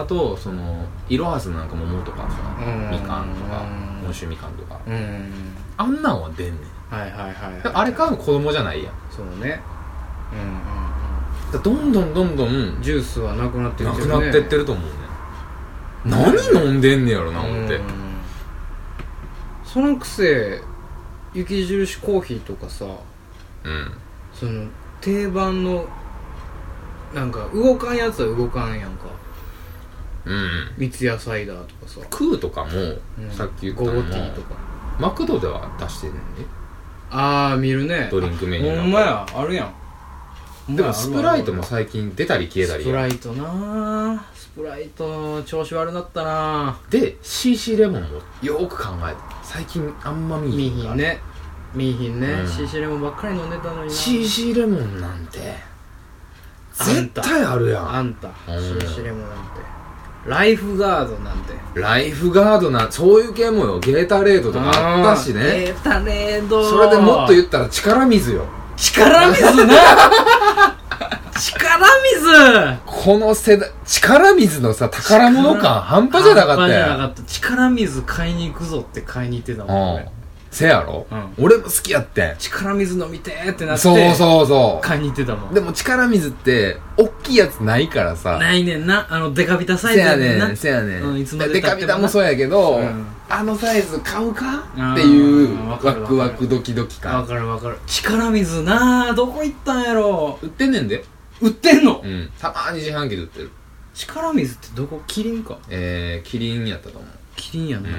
[SPEAKER 2] あとそのイロハスなんか桃とかさ
[SPEAKER 1] うん
[SPEAKER 2] みかんとか
[SPEAKER 1] うん
[SPEAKER 2] 温州みかんとか
[SPEAKER 1] うんうん
[SPEAKER 2] あんなんは出んねん
[SPEAKER 1] はいはいはいはい、
[SPEAKER 2] だからあれ買うの子供じゃないやん
[SPEAKER 1] そうねうんうんう
[SPEAKER 2] だからどんどんどんど
[SPEAKER 1] ん
[SPEAKER 2] ん
[SPEAKER 1] ジュースはなくなって
[SPEAKER 2] な
[SPEAKER 1] きて
[SPEAKER 2] く
[SPEAKER 1] るね
[SPEAKER 2] なってってると思うね何飲んでんねやろな思って
[SPEAKER 1] うんそのくせ雪印コーヒーとかさ
[SPEAKER 2] うん
[SPEAKER 1] その定番のなんか動かんやつは動かんやんか
[SPEAKER 2] うん
[SPEAKER 1] 三ツ矢サイダーとかさ、
[SPEAKER 2] 食うとかも
[SPEAKER 1] うん
[SPEAKER 2] さっき言った
[SPEAKER 1] ゴゴ
[SPEAKER 2] のも
[SPEAKER 1] ティーとか
[SPEAKER 2] マクドでは出してんねんね
[SPEAKER 1] ああ見るね
[SPEAKER 2] ドリンクメニュー
[SPEAKER 1] ほんまやあるやんほん
[SPEAKER 2] で
[SPEAKER 1] まや
[SPEAKER 2] もスプライトも
[SPEAKER 1] ある
[SPEAKER 2] 最近出たり消え
[SPEAKER 1] あ
[SPEAKER 2] た
[SPEAKER 1] る
[SPEAKER 2] り
[SPEAKER 1] スプ
[SPEAKER 2] や
[SPEAKER 1] ラ
[SPEAKER 2] ん
[SPEAKER 1] イトなあスプライト調子悪なったな
[SPEAKER 2] で CC レモンもよーく考えた最近あんま見
[SPEAKER 1] 見い
[SPEAKER 2] えへん
[SPEAKER 1] ひ
[SPEAKER 2] か
[SPEAKER 1] ん
[SPEAKER 2] ら
[SPEAKER 1] ね見いひんね、
[SPEAKER 2] うん
[SPEAKER 1] CC レモンばっかり飲んでたのにな
[SPEAKER 2] CC レモンなんて
[SPEAKER 1] あん
[SPEAKER 2] 絶
[SPEAKER 1] た
[SPEAKER 2] 対あるや
[SPEAKER 1] あ
[SPEAKER 2] ん
[SPEAKER 1] んた
[SPEAKER 2] うん
[SPEAKER 1] CC レモンなんてライフガードなんて
[SPEAKER 2] ライフガードなそういう系もよゲータレードとかあったし
[SPEAKER 1] あー
[SPEAKER 2] ね
[SPEAKER 1] えータレード
[SPEAKER 2] それでもっと
[SPEAKER 1] う
[SPEAKER 2] 言ったら力水よ
[SPEAKER 1] 力水な力水
[SPEAKER 2] この世代力水のさ宝物感半端じゃなかっ
[SPEAKER 1] 半端
[SPEAKER 2] た
[SPEAKER 1] じゃな
[SPEAKER 2] やん
[SPEAKER 1] かった力水買いに行くぞって買いに行ってたもん
[SPEAKER 2] うん
[SPEAKER 1] 俺
[SPEAKER 2] せやろ、
[SPEAKER 1] う
[SPEAKER 2] 俺も好きやってん
[SPEAKER 1] 力水飲みてーってなって
[SPEAKER 2] そうそうそ
[SPEAKER 1] 買いに行ってたも
[SPEAKER 2] うんでも力水って大きいやつないからさ
[SPEAKER 1] ないねんなあのデカビタサイ
[SPEAKER 2] せ
[SPEAKER 1] ズ
[SPEAKER 2] や
[SPEAKER 1] ねん
[SPEAKER 2] ね
[SPEAKER 1] なん
[SPEAKER 2] せやね
[SPEAKER 1] うん
[SPEAKER 2] ん
[SPEAKER 1] いつまで
[SPEAKER 2] デ
[SPEAKER 1] 経
[SPEAKER 2] カ
[SPEAKER 1] ってもな
[SPEAKER 2] ビタもそうやけど、
[SPEAKER 1] うん
[SPEAKER 2] あのサイズ買うか
[SPEAKER 1] ー
[SPEAKER 2] っていう
[SPEAKER 1] わ
[SPEAKER 2] ワ
[SPEAKER 1] かるわか
[SPEAKER 2] ク
[SPEAKER 1] る
[SPEAKER 2] ワクドキドキ
[SPEAKER 1] わ
[SPEAKER 2] 感
[SPEAKER 1] かるわかる力水なあどこ行ったんやろ
[SPEAKER 2] 売ってんねんで
[SPEAKER 1] 売ってんの
[SPEAKER 2] うんたまーに自販機で売ってる
[SPEAKER 1] 力水ってどこキリンか
[SPEAKER 2] えー、キリンやったと思う
[SPEAKER 1] キリンやんな、
[SPEAKER 2] う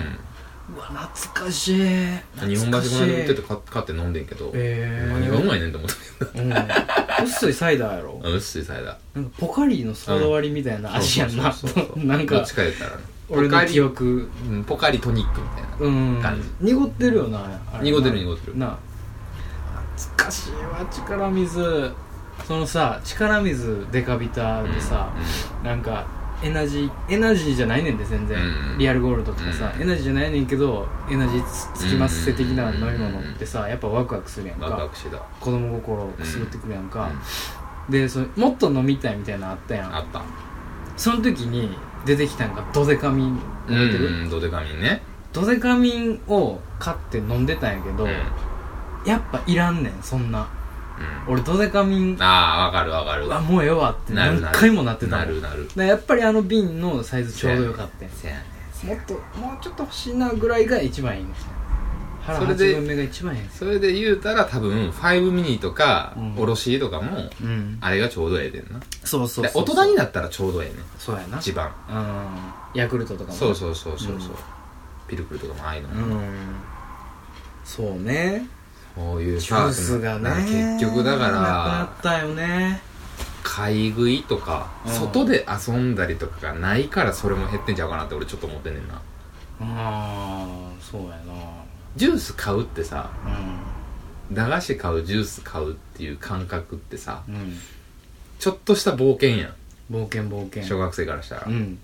[SPEAKER 1] うわ懐かしい
[SPEAKER 2] ん日本
[SPEAKER 1] 懐
[SPEAKER 2] 橋
[SPEAKER 1] かし
[SPEAKER 2] この間売ってて買買って飲んでんけど、
[SPEAKER 1] えー、
[SPEAKER 2] 何がうまいねんと思って
[SPEAKER 1] うん薄いサイダーやろ
[SPEAKER 2] あうっすいサイダー
[SPEAKER 1] なんかポカリのソーダ割りみたいな味やんな
[SPEAKER 2] そうそうそうそう
[SPEAKER 1] なん
[SPEAKER 2] ど
[SPEAKER 1] か
[SPEAKER 2] っちか言ったらね
[SPEAKER 1] 俺の記憶
[SPEAKER 2] うんポカリトニックみたいな
[SPEAKER 1] うん
[SPEAKER 2] 感じ
[SPEAKER 1] 濁ってるよなあれな
[SPEAKER 2] 濁ってる濁ってる
[SPEAKER 1] なあ懐かしいわ力水そのさ力水デカビタでさ、なんかエナジーエナジーじゃないねんで全然、
[SPEAKER 2] うん
[SPEAKER 1] リアルゴールドとかさ、
[SPEAKER 2] うん
[SPEAKER 1] エナジーじゃないねんけどエナジーつつきますせ的な飲み物
[SPEAKER 2] うん
[SPEAKER 1] ってさやっぱワクワクするやん
[SPEAKER 2] うん、ワクワ
[SPEAKER 1] か
[SPEAKER 2] クしてた
[SPEAKER 1] 子供心をくすぐってくるやんか
[SPEAKER 2] うん、
[SPEAKER 1] でそれもっと飲みたいみたいなのあったや
[SPEAKER 2] あ
[SPEAKER 1] ん
[SPEAKER 2] った
[SPEAKER 1] その時に出てきたんがドデカミン
[SPEAKER 2] う
[SPEAKER 1] 覚えてる、
[SPEAKER 2] んドデカミンね
[SPEAKER 1] ドデカミンを買って飲んでたんやけど、
[SPEAKER 2] うん
[SPEAKER 1] やっぱいらんねんそんな
[SPEAKER 2] う
[SPEAKER 1] 俺ドデカミン
[SPEAKER 2] んああわかるわかる
[SPEAKER 1] はもうええわって
[SPEAKER 2] なる
[SPEAKER 1] 何
[SPEAKER 2] なる
[SPEAKER 1] 回もなってたもん
[SPEAKER 2] なるなる
[SPEAKER 1] でやっぱりあの瓶のサイズちょうどよかったん
[SPEAKER 2] せやね
[SPEAKER 1] もっともうちょっと欲しいなぐらいが一番いいんですよ腹
[SPEAKER 2] そ
[SPEAKER 1] 八
[SPEAKER 2] れで
[SPEAKER 1] 分目が一番いいんですよ
[SPEAKER 2] それで言うたら多分5ミニとか、
[SPEAKER 1] うん
[SPEAKER 2] おろしとかも
[SPEAKER 1] うん
[SPEAKER 2] あれがちょうどええでんな
[SPEAKER 1] そうそうそう
[SPEAKER 2] で大人になったらちょうどええね
[SPEAKER 1] そうやな
[SPEAKER 2] 一番
[SPEAKER 1] うんヤクルトとかも
[SPEAKER 2] そうそうそうそうそう、
[SPEAKER 1] うん
[SPEAKER 2] ピルクルとかもああいうの
[SPEAKER 1] うん
[SPEAKER 2] も、
[SPEAKER 1] そうね
[SPEAKER 2] こういう
[SPEAKER 1] ジ
[SPEAKER 2] さ
[SPEAKER 1] ュースが
[SPEAKER 2] なんか
[SPEAKER 1] ね
[SPEAKER 2] 結局だか
[SPEAKER 1] なくな
[SPEAKER 2] ら
[SPEAKER 1] ったよね
[SPEAKER 2] 買い食いとか、
[SPEAKER 1] うん
[SPEAKER 2] 外で遊んだりとかがないからそれも減ってんちゃうかなって俺ちょっと思ってんねんな
[SPEAKER 1] ああそうやな
[SPEAKER 2] ジュース買うってさ
[SPEAKER 1] う
[SPEAKER 2] 駄菓子買うジュース買うっていう感覚ってさ
[SPEAKER 1] んうん
[SPEAKER 2] ちょっとした冒険や
[SPEAKER 1] 冒険冒険
[SPEAKER 2] ん小学生からしたら、
[SPEAKER 1] うん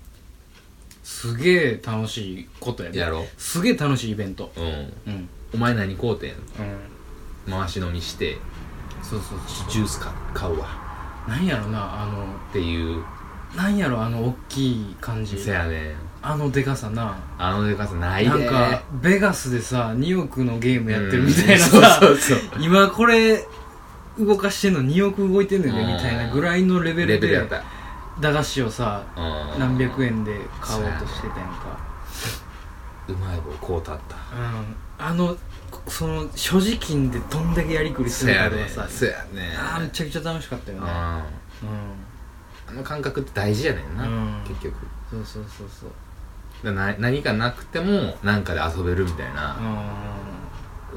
[SPEAKER 1] すげえ楽しいことやね
[SPEAKER 2] やろ
[SPEAKER 1] すげえ楽しいイベント
[SPEAKER 2] うん
[SPEAKER 1] うん
[SPEAKER 2] お前何買うてん
[SPEAKER 1] うん
[SPEAKER 2] 回し飲みして
[SPEAKER 1] そうそうそう
[SPEAKER 2] ジュース買買うわ
[SPEAKER 1] なんやろなあの
[SPEAKER 2] っていう
[SPEAKER 1] なんやろあの大きい感じ
[SPEAKER 2] せやねん
[SPEAKER 1] あのでかさな
[SPEAKER 2] あのでかさないで
[SPEAKER 1] なんかベガスでさ2億のゲームやってるみたいな
[SPEAKER 2] う
[SPEAKER 1] さ
[SPEAKER 2] んそうそう
[SPEAKER 1] 今これ動かしてんの2億動いてんのよ
[SPEAKER 2] うん
[SPEAKER 1] ねみたいなぐらいのレ
[SPEAKER 2] そう
[SPEAKER 1] ベ
[SPEAKER 2] レ
[SPEAKER 1] ル
[SPEAKER 2] ベルや
[SPEAKER 1] で
[SPEAKER 2] った
[SPEAKER 1] 駄菓子をさ
[SPEAKER 2] うん
[SPEAKER 1] 何百円で買おうとしてたやんか
[SPEAKER 2] うまい棒こうたった
[SPEAKER 1] うんあのその所持金でどんだけやりくりす
[SPEAKER 2] せ
[SPEAKER 1] るか
[SPEAKER 2] や
[SPEAKER 1] と
[SPEAKER 2] ねん
[SPEAKER 1] かさ
[SPEAKER 2] せやねん
[SPEAKER 1] あーめちゃくちゃ楽しかったよ
[SPEAKER 2] うん
[SPEAKER 1] ね
[SPEAKER 2] あ
[SPEAKER 1] うん
[SPEAKER 2] の感覚って大事やねんな、
[SPEAKER 1] うん
[SPEAKER 2] 結局
[SPEAKER 1] そうそうそうそう
[SPEAKER 2] だな何かなくても何かで遊べるみたいな、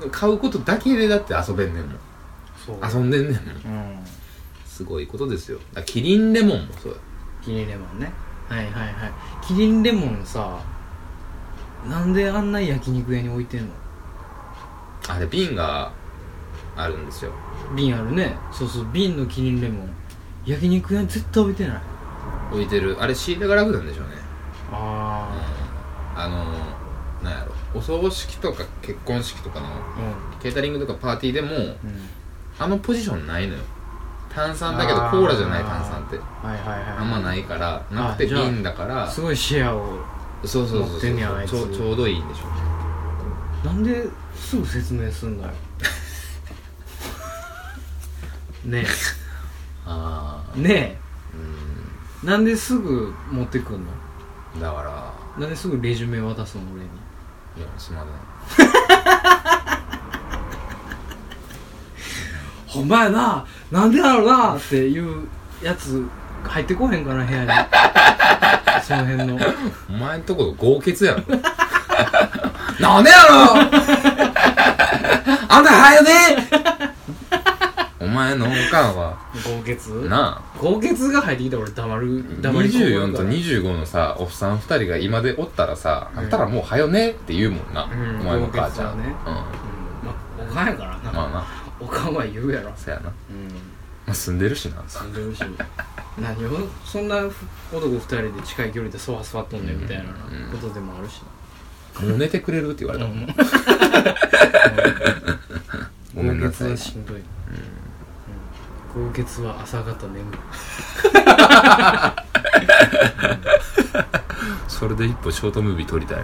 [SPEAKER 1] うん
[SPEAKER 2] 買うことだけでだって遊べんねんもん
[SPEAKER 1] そう
[SPEAKER 2] 遊んでんねんもん
[SPEAKER 1] うん
[SPEAKER 2] すごいことですよだからキリンレモンもそうよ
[SPEAKER 1] キリンレモンねはいはいはいキリンレモンさなんであんな焼肉屋に置いてんの
[SPEAKER 2] あれ瓶があるんですよ
[SPEAKER 1] 瓶あるねそうそう瓶のキリンレモン焼肉屋に絶対置いてない
[SPEAKER 2] 置いてるあれ仕入れが楽なんでしょうね
[SPEAKER 1] あ
[SPEAKER 2] あのなんやろお葬式とか結婚式とかの
[SPEAKER 1] あうん
[SPEAKER 2] ケータリングとかパーティーでも
[SPEAKER 1] うん
[SPEAKER 2] あんまポジションないのよ炭酸だけどコーラじゃない
[SPEAKER 1] あー
[SPEAKER 2] 炭酸って
[SPEAKER 1] はいはいはい
[SPEAKER 2] あんまないからなくて
[SPEAKER 1] あじゃあ
[SPEAKER 2] 瓶だから
[SPEAKER 1] す
[SPEAKER 2] そう
[SPEAKER 1] ごいシェアを
[SPEAKER 2] そうそう
[SPEAKER 1] 持
[SPEAKER 2] そ
[SPEAKER 1] っ
[SPEAKER 2] う
[SPEAKER 1] てんねやあいつ
[SPEAKER 2] ちょうちょうどいいんでしょうね
[SPEAKER 1] なんですぐ説明す んだよね
[SPEAKER 2] あ
[SPEAKER 1] えね
[SPEAKER 2] あうん
[SPEAKER 1] えなんですぐ持ってくんの
[SPEAKER 2] だから
[SPEAKER 1] なんですぐレジュメ渡すの俺に
[SPEAKER 2] いやすまない
[SPEAKER 1] ほんまやななんでだろうなっていうやつ入ってこへんかな部屋に その辺の
[SPEAKER 2] お前んとこ豪傑やろなんでやろあんたはよねお前のおかんは
[SPEAKER 1] 豪傑
[SPEAKER 2] なあ
[SPEAKER 1] 高血が入ってきたら俺黙る黙り込
[SPEAKER 2] 24
[SPEAKER 1] む
[SPEAKER 2] と25のさおっさん2人が今でおったらさ、
[SPEAKER 1] うん
[SPEAKER 2] あんたらもうはよねって言うもんな、
[SPEAKER 1] うん
[SPEAKER 2] お前の母ちゃ
[SPEAKER 1] 豪傑
[SPEAKER 2] ん、うん
[SPEAKER 1] だねうんまあおかんやからな、
[SPEAKER 2] まあな
[SPEAKER 1] おかんは言うやろ
[SPEAKER 2] そやな、ま
[SPEAKER 1] うん
[SPEAKER 2] あ、住んでるしな
[SPEAKER 1] 住んでるし何をそんな男二人で近い距離でソファ座っとんねんみたいな
[SPEAKER 2] うん
[SPEAKER 1] ことでもあるし
[SPEAKER 2] もう寝てくれるって言わ
[SPEAKER 1] な、
[SPEAKER 2] れた
[SPEAKER 1] う
[SPEAKER 2] もん、
[SPEAKER 1] ん、
[SPEAKER 2] ごめん
[SPEAKER 1] 高
[SPEAKER 2] な
[SPEAKER 1] 血
[SPEAKER 2] さい
[SPEAKER 1] はしんどい、うん、高血は朝方眠る
[SPEAKER 2] それで一歩ショートムービー撮りたいな